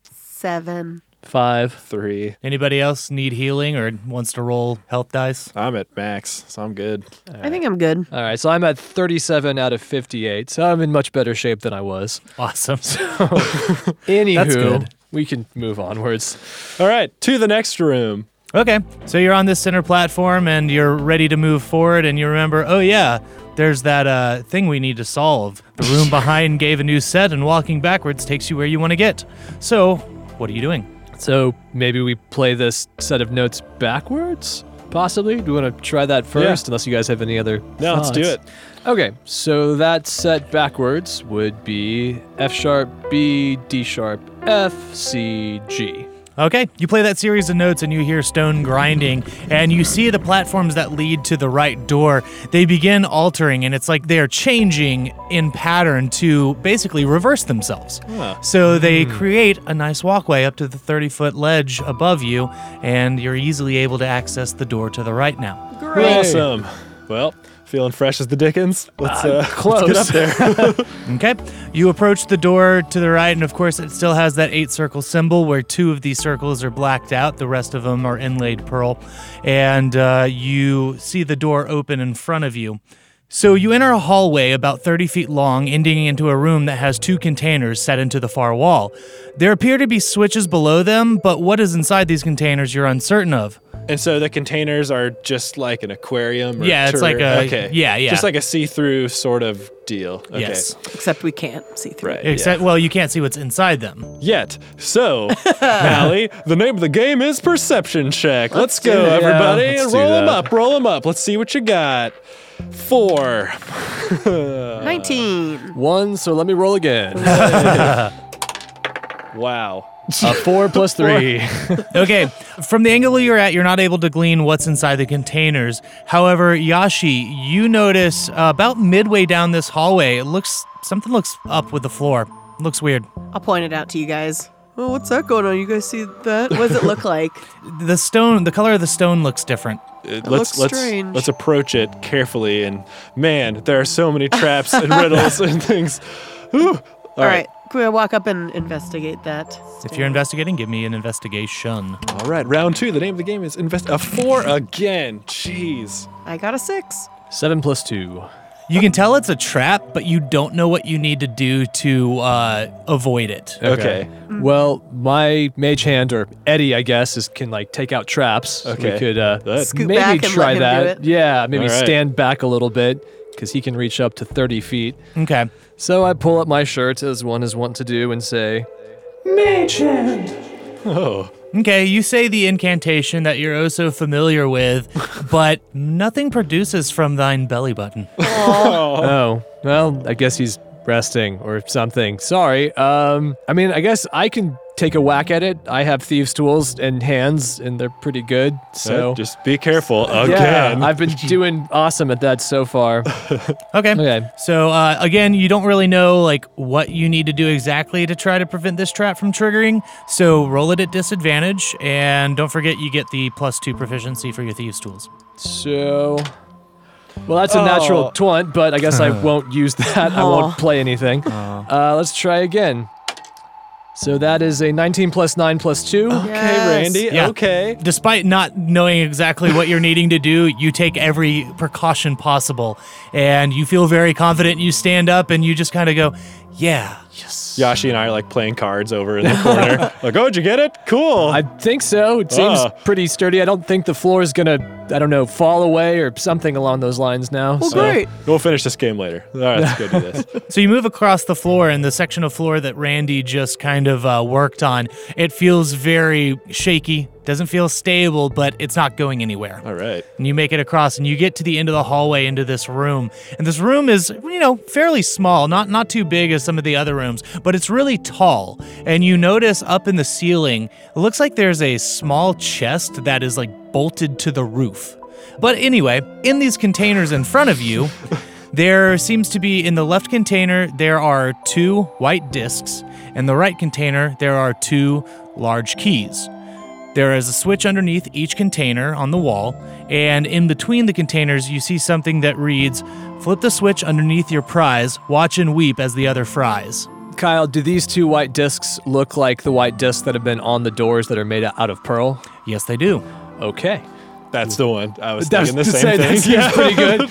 Seven. Five. Three. Anybody else need healing or wants to roll health dice? I'm at max, so I'm good. I think I'm good. All right, so I'm at 37 out of 58, so I'm in much better shape than I was. Awesome. Anywho, good. we can move onwards. All right, to the next room. Okay, so you're on this center platform and you're ready to move forward, and you remember, oh yeah, there's that uh, thing we need to solve. The room behind gave a new set, and walking backwards takes you where you want to get. So, what are you doing? So maybe we play this set of notes backwards? Possibly? Do you want to try that first? Unless you guys have any other. No, let's do it. thoughts. Okay, so that set backwards would be F sharp, B, D sharp, F, C, G. Okay, you play that series of notes and you hear stone grinding, and you see the platforms that lead to the right door. They begin altering, and it's like they're changing in pattern to basically reverse themselves. So they create a nice walkway up to the 30 foot ledge above you, and you're easily able to access the door to the right now. Awesome. Well, feeling fresh as the Dickens. Let's, uh, Close. let's get up there. Okay, you approach the door to the right, and of course, it still has that eight circle symbol where two of these circles are blacked out, the rest of them are inlaid pearl, and uh, you see the door open in front of you. So you enter a hallway about 30 feet long, ending into a room that has two containers set into the far wall. There appear to be switches below them, but what is inside these containers you're uncertain of. and so the containers are just like an aquarium. Or Yeah, it's terra- like a- okay. yeah, yeah. Just like a see-through sort of deal. Okay. Yes. Except we can't see through. Right. Except, well, you can't see what's inside them. yet. So, Allie, the name of the game is Perception Check. Let's, do go, it. Yeah, everybody, let's and do roll them that. up, roll them up. Let's see what you got. Four. Uh, Nineteen. One, so let me roll again. Wow. A Uh, four plus three. Okay, from the angle you're at, you're not able to glean what's inside the containers. However, Yashi, you notice uh, about midway down this hallway, it looks something looks up with the floor. Looks weird. I'll point it out to you guys. Oh, what's that going on? You guys see that? What does it look like? The stone, the color of the stone looks different. Let's looks let's strange. let's approach it carefully. And man, there are so many traps and riddles and things. Ooh. All right. we'll walk up and investigate that. If you're investigating, give me an investigation. All right, round two. The name of the game is invest a four again. Jeez. I got a six. Seven plus two. You can tell it's a trap, but you don't know what you need to do to uh, avoid it. Okay. Well, my mage hand or Eddie, I guess, is can like take out traps. Okay. We could uh, That- Scoot maybe back and let try him do that. it. Yeah, maybe All right. stand back a little bit because he can reach up to 30 feet. Okay. So I pull up my shirt as one is wont to do and say, Oh, Okay, you say the incantation that you're oh so familiar with, but nothing produces from thine belly button. "Oh, well, I guess he's resting or something." Sorry. Um, I mean, I guess I can take a whack at it. I have thieves' tools and hands, and they're pretty good. So. Uh, just be careful yeah, again. I've been doing awesome at that so far. Okay. Okay. So uh, again, you don't really know like what you need to do exactly to try to prevent this trap from triggering. So roll it at disadvantage, and don't forget you get the plus two proficiency for your thieves' tools. So, well, that's a natural Oh. twint, but I guess I won't use that. I won't Aw. play anything. Uh, let's try again. So that is a 19 plus 9 plus 2. okay, Randy. Yeah. Okay. Despite not knowing exactly what you're needing to do, you take every precaution possible, and you feel very confident. You stand up, and you just kind of go, "Yeah, Yashi and I are like playing cards over in the corner. like, oh, did you get it? Cool. I think so. It seems Ah. pretty sturdy. I don't think the floor is going to, I don't know, fall away or something along those lines now. Well, so- Oh, great. we'll finish this game later. All right, let's go do this. So you move across the floor, and the section of floor that Randy just kind of uh, worked on, it feels very shaky. Doesn't feel stable, but it's not going anywhere. All right. And you make it across, and you get to the end of the hallway into this room. And this room is, you know, fairly small, not not too big as some of the other rooms, but it's really tall. And you notice up in the ceiling, it looks like there's a small chest that is like bolted to the roof. But anyway, in these containers in front of you. There seems to be in the left container, there are two white discs. In the right container, there are two large keys. There is a switch underneath each container on the wall, and in between the containers, you see something that reads Flip the switch underneath your prize, watch and weep as the other fries. Kyle, do these two white discs look like the white discs that have been on the doors that are made out of pearl? Yes, they do. Okay. That's the one. I was That's thinking the to same say, That thing. seems Yeah. pretty good.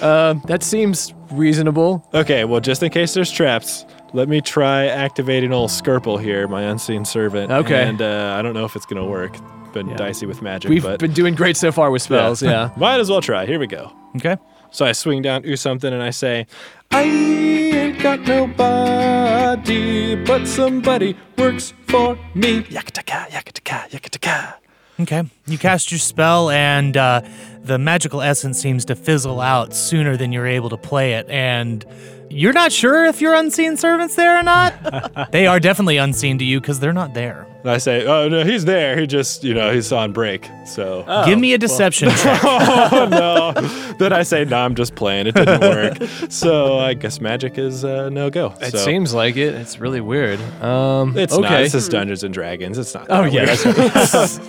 Um, that seems reasonable. Okay, well, just in case there's traps, let me try activating old Skirple here, my unseen servant. Okay. And uh, I don't know if it's going to work. Been dicey with magic, We've but been doing great so far with spells, yeah. might as well try. Here we go. Okay. So I swing down, do something, and I say, I ain't got nobody, but somebody works for me. Yakataka, yakataka, yakataka. Okay. You cast your spell, and uh, the magical essence seems to fizzle out sooner than you're able to play it. And you're not sure if your unseen servant's there or not. they are definitely unseen to you because they're not there. And I say, oh, no, he's there. He just, you know, he's on break. So Oh. Give me a deception check. then I say, nah, I'm just playing. It didn't work. so I guess magic is uh, no go. It so. seems like it. It's really weird. Um, It's okay. not. This is Dungeons and Dragons. It's not. oh that yeah. weird. that's right.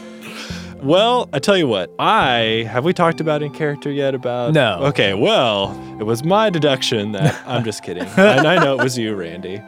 Well, I tell you what. I have we talked about in character yet about? No. Okay. Well, it was my deduction that I'm just kidding, and I know it was you, Randy.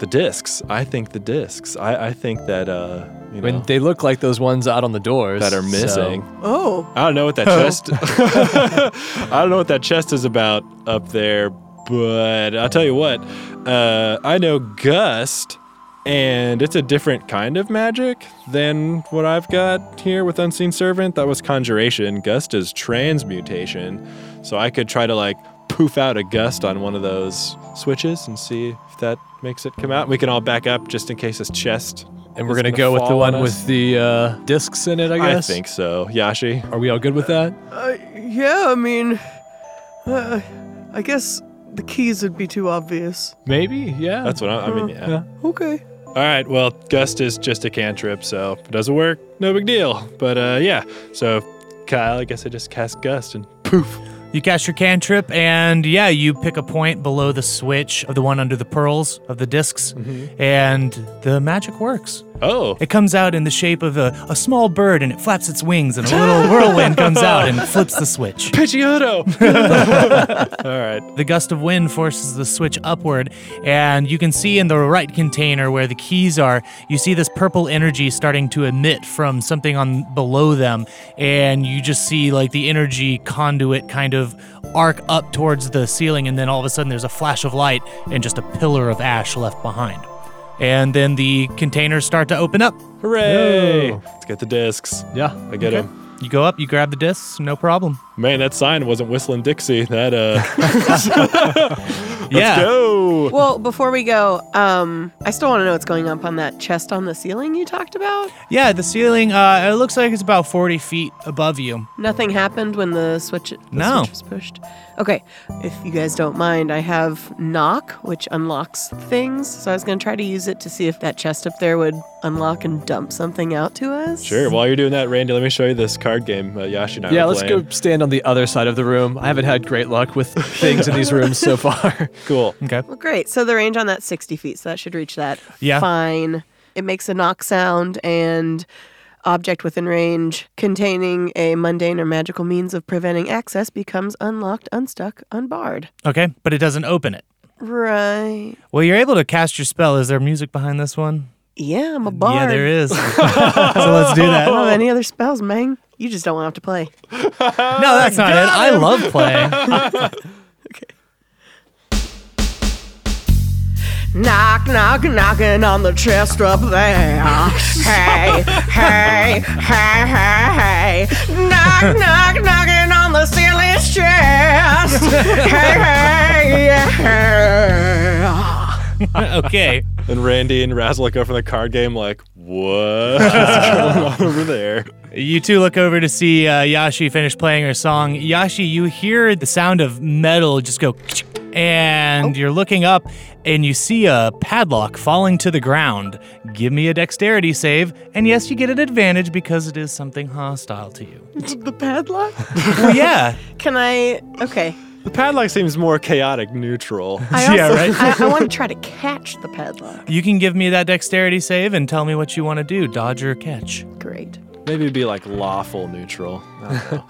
The discs. I think the discs. I, I think that uh, you know when they look like those ones out on the doors that are so- missing. Oh, I don't know what that chest. I don't know what that chest is about up there, but I'll tell you what. Uh, I know gust, and it's a different kind of magic than what I've got here with unseen servant. That was conjuration. Gust is transmutation, so I could try to like poof out a gust on one of those switches and see if that makes it come out. We can all back up just in case this chest. and we're is gonna go with the fall on one us. with the uh, discs in it. I I guess. think so, Yashi. Are we all good with that? Uh, yeah. I mean, uh, I guess the keys would be too obvious. Maybe. Yeah. That's what I, I mean. yeah. Okay. All right, well, Gust is just a cantrip, so if it doesn't work, no big deal. But uh, yeah, so Kyle, I guess I just cast Gust and poof. You cast your cantrip, and yeah, you pick a point below the switch of the one under the pearls of the disks and the magic works. Oh. It comes out in the shape of a, a small bird and it flaps its wings and a little whirlwind comes out and flips the switch. Pidgeotto. All right. The gust of wind forces the switch upward, and you can see in the right container where the keys are, you see this purple energy starting to emit from something on below them, and you just see like the energy conduit kind of arc up towards the ceiling, and then all of a sudden there's a flash of light and just a pillar of ash left behind. And then the containers start to open up. Hooray. Let's get the discs. Oh. Yeah. I get 'em. You go up, you grab the discs, no problem. Man, that sign wasn't whistling Dixie. That uh yeah. go. Well, before we go, um, I still want to know what's going up on that chest on the ceiling you talked about. Yeah, the ceiling, uh, it looks like it's about 40 feet above you. Nothing happened when the switch, the No. switch was pushed. Okay, if you guys don't mind, I have knock, which unlocks things. So I was gonna try to use it to see if that chest up there would unlock and dump something out to us. Sure. While you're doing that, Randy, let me show you this card game uh, Yashi and I Yeah, were let's playing. go stand on the other side of the room. I haven't had great luck with things in these rooms so far. Cool. Okay. Well, great. So the range on that's 60 feet, so that should reach that. Yeah. Fine. It makes a knock sound and object within range containing a mundane or magical means of preventing access becomes unlocked, unstuck, unbarred. Okay, but it doesn't open it. Right. Well, you're able to cast your spell. Is there music behind this one? Yeah, I'm a bard. Yeah, there is. so let's do I don't that. have Oh, any other spells, man. You just don't want to have to play. No, that's not it. I love playing. Knock, knock, knocking on the chest up there. Hey, hey, hey, hey, hey. Knock, knock, knocking on the ceiling's chest. Hey, hey, yeah. okay. And Randy and Razzle go from the card game like, what? What's going on over there? You two look over to see uh, Yashi finish playing her song. Yashi, you hear the sound of metal just go, Oh. and you're looking up and you see a padlock falling to the ground. Give me a dexterity save, and yes, you get an advantage because it is something hostile to you. The padlock? Well, yeah. Can I? Okay. The padlock seems more chaotic neutral. I also, Yeah, right? I, I want to try to catch the padlock. You can give me that dexterity save and tell me what you want to do dodge or catch. Great. Maybe it'd be like lawful neutral. I don't know.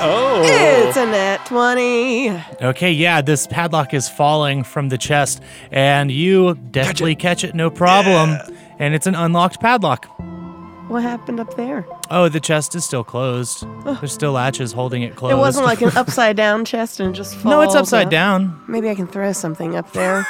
oh. It's a net 20. Okay, yeah, this padlock is falling from the chest, and you definitely catch it, no problem. And it's an unlocked padlock. What happened up there? Oh, the chest is still closed. There's still latches holding it closed. It wasn't like an upside down chest and it just falls. Oh, no, it's upside up. down. Maybe I can throw something up there.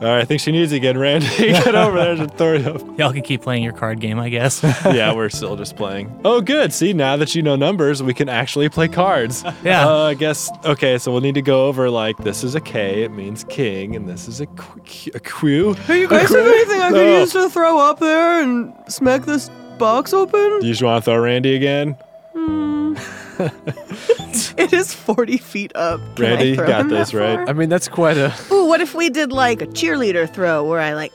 All right, I think she needs you again, Randy. Get over there and throw it up. Y'all can keep playing your card game, I guess. Yeah, we're still just playing. Oh, good. See, now that you know numbers, we can actually play cards. Yeah. Uh, I guess, okay, so we'll need to go over like this is a K, it means king, and this is a Q. Q- a Oh. Q. You guys have anything I could No. use to throw up there and smack this box Do open? you just want to throw Randy again? It is 40 feet up. Can I Randy, you throw got him that this, right? I mean, that's quite a. far? Ooh, what if we did like a cheerleader throw where I like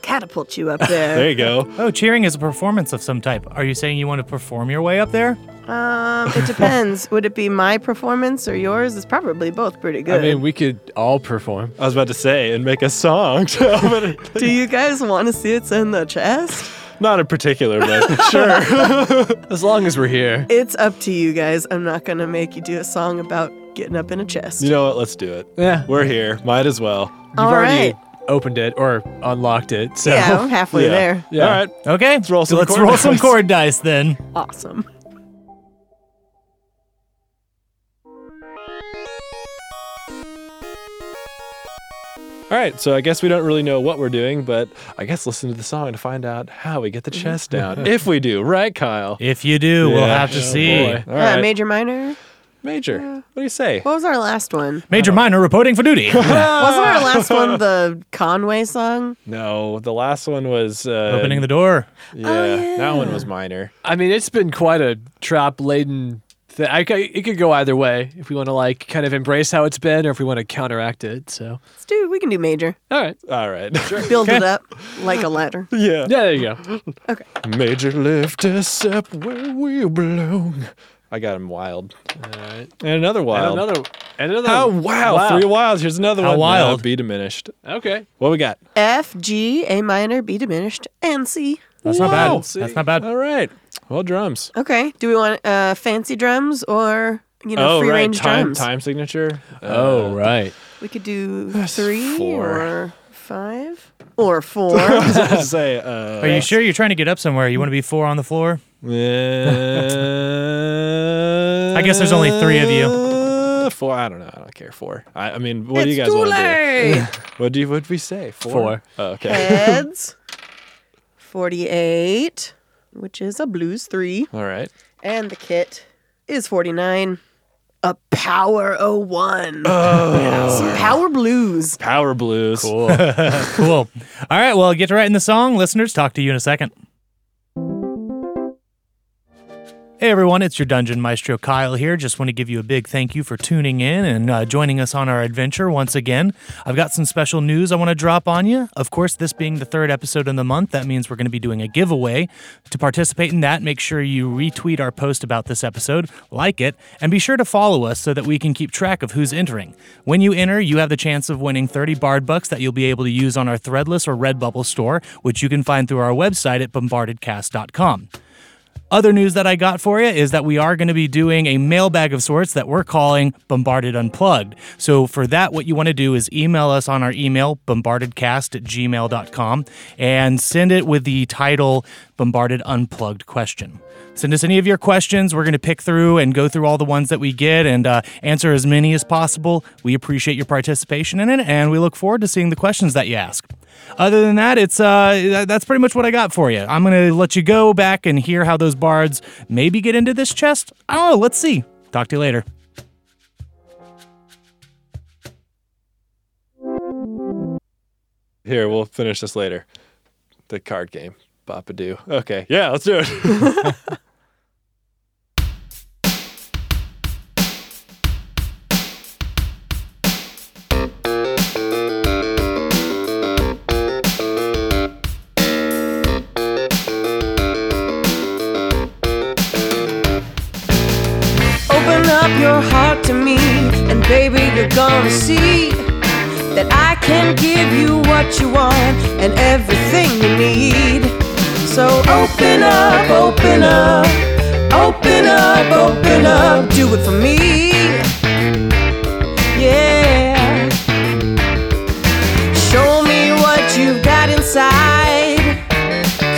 catapult you up There there? you go. oh, cheering is a performance of some type. Are you saying you want to perform your way up there? um, it depends. Would it be my performance or yours? It's probably both pretty I good. mean, we could all perform. I was about to say, and make a song. so- but- Do you guys want to see it's in the chest? Not in particular, but sure. As long as we're here. It's up to you guys. I'm not gonna make you do a song about getting up in a chest. You know what? Let's do it. Yeah. We're here. Might as well. All already right. opened it or unlocked it. So Yeah, I'm halfway Yeah. there. Yeah. All right. Okay, roll some let's chord roll some dice. chord dice then. Awesome. All right. So I guess we don't really know what we're doing, but I guess listen to the song to find out how we get the chest down. if we do, right, Kyle? If you do, we'll Yeah. have to Oh, see. boy. All Yeah, right. Uh, Major minor. Major, what do you say? What was our last one? Major minor reporting for duty. Wasn't our last one the Conway song? No, the last one was uh, Opening the door. Yeah, that one was minor. I mean, it's been quite a trap laden thing. I, ca- it could go either way if we want to, like, kind of embrace how it's been or if we want to counteract it. So, Let's do. We can do major. all right. All right. Build it up like a ladder. yeah. Yeah, there you go. Major lift us up where we belong. I got him wild. And another wild. And another, and another. How wow, Three wilds. Here's another How one. wild. No, be diminished. Okay. What we got? F, G, A minor, B diminished, and C. That's not Wow. bad. That's not bad. All right. Well, drums. Okay. Do we want uh, fancy drums or you know oh, free right. range time, drums? time signature. Oh, right. We could do three four. or five or four. Uh, say. Are Uh, you sure you're trying to get up somewhere? You want to be four on the floor? I uh, guess there's only three of you. Four. I don't know. I don't care. Four. I, I mean, what do it's you guys too want to late. do? What do you? What we say? Four. Four. Oh, okay. Heads, forty-eight, which is a blues three, All right. and the kit is forty-nine. A power 01. Some power blues. Power blues. Cool. Cool. All right. Well, get to writing the song. Listeners, talk to you in a second. Hey everyone, it's your Dungeon Maestro Kyle here. Just want to give you a big thank you for tuning in and uh, joining us on our adventure once again. I've got some special news I want to drop on you. Of course, this being the third episode in the month, that means we're going to be doing a giveaway. To participate in that, make sure you retweet our post about this episode, like it, and be sure to follow us so that we can keep track of who's entering. When you enter, you have the chance of winning 30 Bard Bucks that you'll be able to use on our Threadless or Redbubble store, which you can find through our website at bombardedcast.com. Other news that I got for you is that we are going to be doing a mailbag of sorts that we're calling Bombarded Unplugged. So, for that, what you want to do is email us on our email, bombardedcast at gmail.com, and send it with the title Bombarded Unplugged Question. Send us any of your questions. We're going to pick through and go through all the ones that we get and uh, answer as many as possible. We appreciate your participation in it, and we look forward to seeing the questions that you ask other than that it's uh th- that's pretty much what i got for you i'm gonna let you go back and hear how those bards maybe get into this chest i don't know let's see talk to you later Here, we'll finish this later. The card game. Bapadoo. Okay. Yeah, let's do it. Open up your heart to me, and baby, you're gonna see that I can give you what you want and everything you need. So open up, open up, open up, open up, do it for me. Yeah. Show me what you've got inside,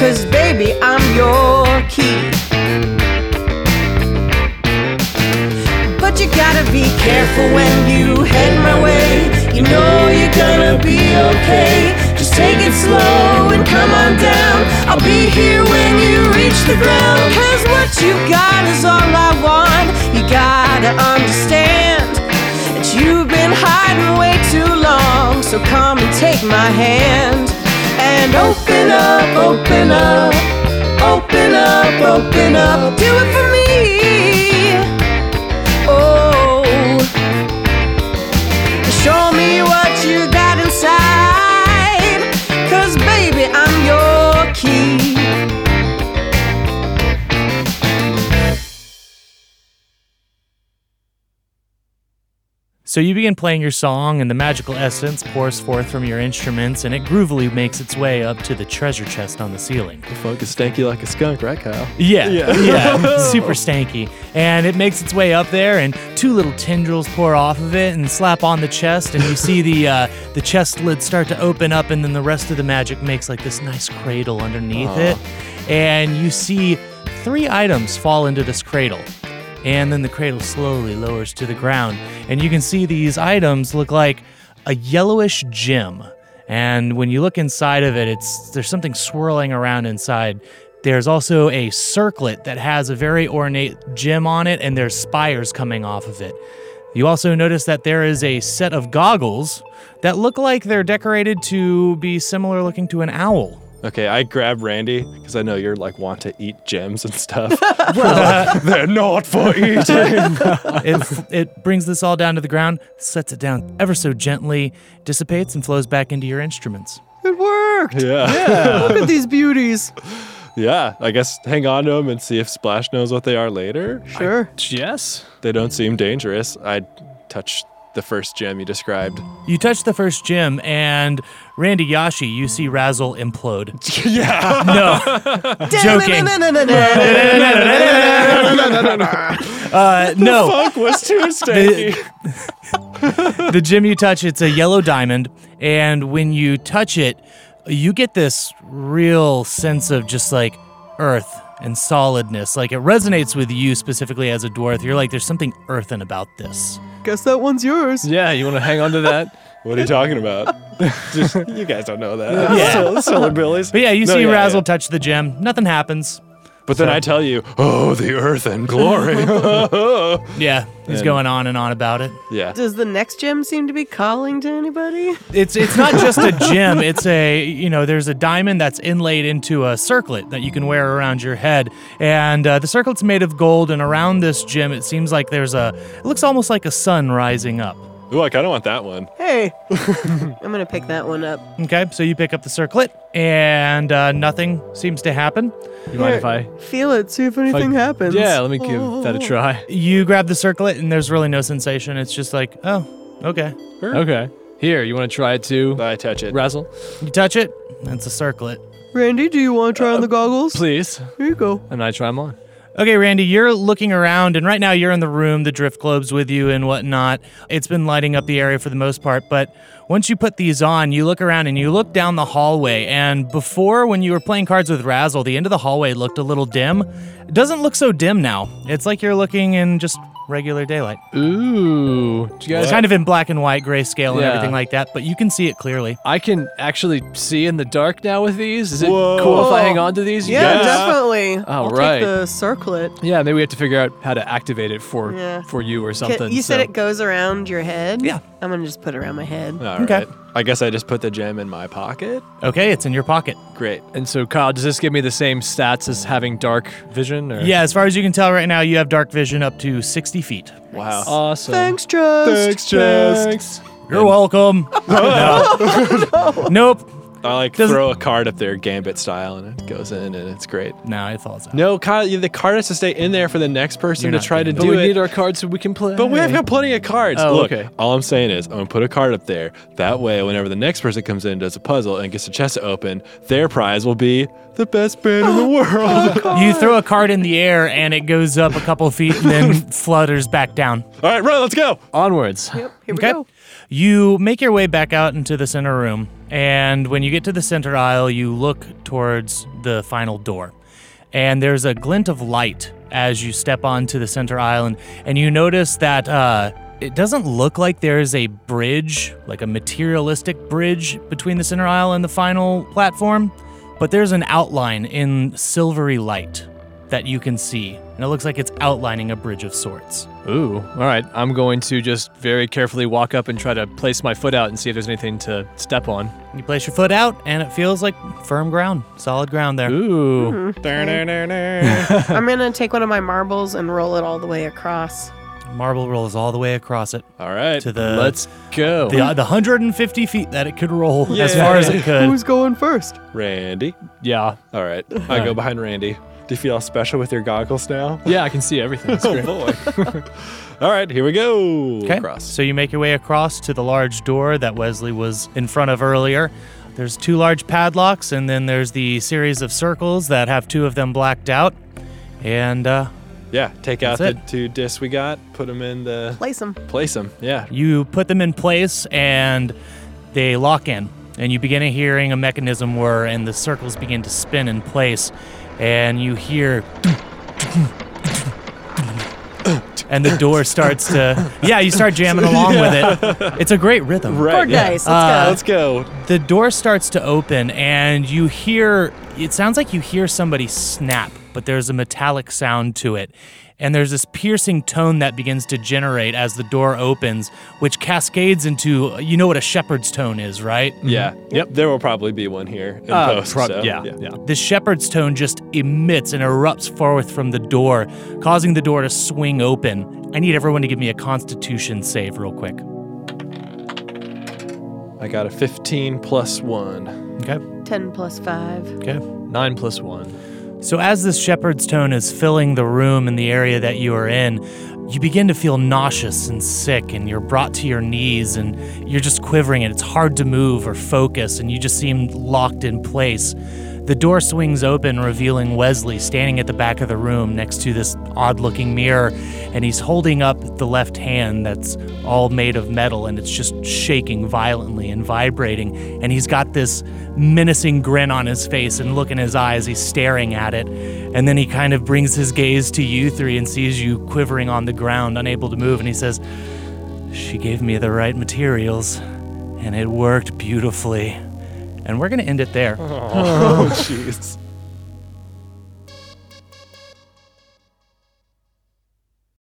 cause baby, I'm your key. But you gotta be careful when you head my way. You know you're gonna be okay. Just take it slow and come on down. I'll be here when you reach the ground. Cause what you got is all I want. You gotta understand that you've been hiding way too long. So come and take my hand and open up, open up, open up, open up. Do it for me. Oh, show me what you got inside. Cause baby, I'm your key. so you begin playing your song and the magical essence pours forth from your instruments and it groovily makes its way up to the treasure chest on the ceiling Funk is stanky like a skunk, right, Kyle? Yeah, Yeah. yeah, super stanky. And it makes its way up there, and two little tendrils pour off of it and slap on the chest, and you see the uh, the chest lid start to open up, and then the rest of the magic makes like this nice cradle underneath it, and you see three items fall into this cradle. And then the cradle slowly lowers to the ground, and you can see these items look like a yellowish gem. And when you look inside of it, it's there's something swirling around inside. There's also a circlet that has a very ornate gem on it, and there's spires coming off of it. You also notice that there is a set of goggles that look like they're decorated to be similar looking to an owl. Okay, I grab Randy because I know you're like want to eat gems and stuff. well, they're not for eating. it, it brings this all down to the ground, sets it down ever so gently, dissipates, and flows back into your instruments. It worked. yeah. Look at these beauties. Yeah, I guess hang on to them and see if Splash knows what they are later. Sure. Yes. They don't seem dangerous. I'd touch the first gem you described. You touch the first gym, and Randy Yashi, you see Razzle implode. yeah. No, joking. uh, no. Fuck was too The- the gem you touch, it's a yellow diamond, and when you touch it, you get this real sense of just like earth and solidness. Like it resonates with you specifically as a dwarf. You're like, there's something earthen about this. Guess that one's yours. Yeah, you want to hang on to that? what are you talking about? Just, you guys don't know that. Yeah. Sil- Syllabillies. But yeah, you No, see yeah, Razzle yeah. touch the gem. Nothing happens. But then I tell you, oh, the earth and glory. Yeah, he's going on and on about it. yeah. Does the next gem seem to be calling to anybody? It's it's not just a gem. It's a you know there's a diamond that's inlaid into a circlet that you can wear around your head, and uh, the circlet's made of gold. And around this gem, it seems like there's a it looks almost like a sun rising up. Ooh, I kind of want that one. Hey, I'm gonna pick that one up. Okay, so you pick up the circlet, and uh, nothing seems to happen. You mind if I? Feel it. See if anything happens. Yeah, let me give that a try. You grab the circlet, and there's really no sensation. It's just like oh okay. Okay. Here, you want to try it too, I touch it. Razzle? You touch it, it's a circlet. Randy, do you want to try on the goggles? Uh, Please. Here you go. And I try them on. Okay, Randy, you're looking around, and right now you're in the room, the drift globes with you and whatnot. It's been lighting up the area for the most part, but once you put these on, you look around and you look down the hallway. And before, when you were playing cards with Razzle, the end of the hallway looked a little dim. It doesn't look so dim now. It's like you're looking in just regular daylight. Ooh. Do you guys It's kind of in black and white, grayscale, and Yeah. everything like that, but you can see it clearly. I can actually see in the dark now with these. Is it Whoa. cool if I hang on to these? you Yeah, guys? definitely. All I'll right. Take the circlet. Yeah, maybe we have to figure out how to activate it for Yeah. for you or Ca- something. You said so- it goes around your head. Yeah. I'm gonna just put it around my head. All right. Okay. I guess I just put the gem in my pocket. Okay, it's in your pocket. Great. And so, Kyle, does this give me the same stats as having dark vision? Or? Yeah, as far as you can tell right now, you have dark vision up to 60 feet. Wow. Awesome. Thanks, Trust. Chest. You're welcome. No. Nope. I like Doesn't- throw a card up there, gambit style, and it goes in, and it's great. No, it falls out. No, Kyle, you- the card has to stay in there for the next person You're to not try to getting But do we it. need our cards so we can play. but we've got plenty of cards. Oh, Look, okay. all I'm saying is I'm gonna put a card up there. That way, whenever the next person comes in and does a puzzle and gets a chest to open, their prize will be the best band in the world. all You throw a card in the air and it goes up a couple feet and then flutters back down. right, run, let's go. onwards. Yep, here we Okay. go. You make your way back out into the center room, and when you get to the center aisle, you look towards the final door. And there's a glint of light as you step onto the center aisle, and, and you notice that uh, it doesn't look like there's a bridge, like a materialistic bridge between the center aisle and the final platform, but there's an outline in silvery light that you can see. And it looks like it's outlining a bridge of sorts. Ooh. All right. I'm going to just very carefully walk up and try to place my foot out and see if there's anything to step on. You place your foot out, and it feels like firm ground, solid ground there. Ooh. I'm gonna take one of my marbles and roll it all the way across. Marble rolls all the way across it All right. to the Let's go. the, the 150 feet that it could roll as far as it could. Who's going first? Randy. yeah. All right. I go behind Randy. Do you feel special with your goggles now? Yeah, I can see everything. It's great. boy. All right, here we go. Across. So you make your way across to the large door that Wesley was in front of earlier. There's two large padlocks, and then there's the series of circles that have two of them blacked out. And uh, Yeah, take out the That's two discs we got, put them in the Place them. place them. Yeah. you put them in place, and they lock in. And you begin hearing a mechanism whir, and the circles begin to spin in place. And you hear and the door starts to yeah you start jamming along with it it's a great rhythm Right. Four yeah. dice. Let's Uh, go. Let's go. the door starts to open and you hear it sounds like you hear somebody snap but there's a metallic sound to it and there's this piercing tone that begins to generate as the door opens which cascades into you know what a shepherd's tone is right Yeah. Yep. There will probably be one here in Uh, post. prob- so, yeah, yeah. The shepherd's tone just emits and erupts forth from the door, causing the door to swing open. I need everyone to give me a constitution save real quick. I got a 15 plus one. Okay. Ten plus five. Okay. Nine plus one. So, as this shepherd's tone is filling the room and the area that you are in, you begin to feel nauseous and sick, and you're brought to your knees and you're just quivering, and it's hard to move or focus, and you just seem locked in place. The door swings open, revealing Wesley standing at the back of the room next to this odd looking mirror, and he's holding up the left hand that's all made of metal and it's just shaking violently and vibrating. And he's got this menacing grin on his face and look in his eyes. He's staring at it. And then he kind of brings his gaze to you three and sees you quivering on the ground, unable to move. And he says, She gave me the right materials, and it worked beautifully. And we're going to end it there. Oh, jeez.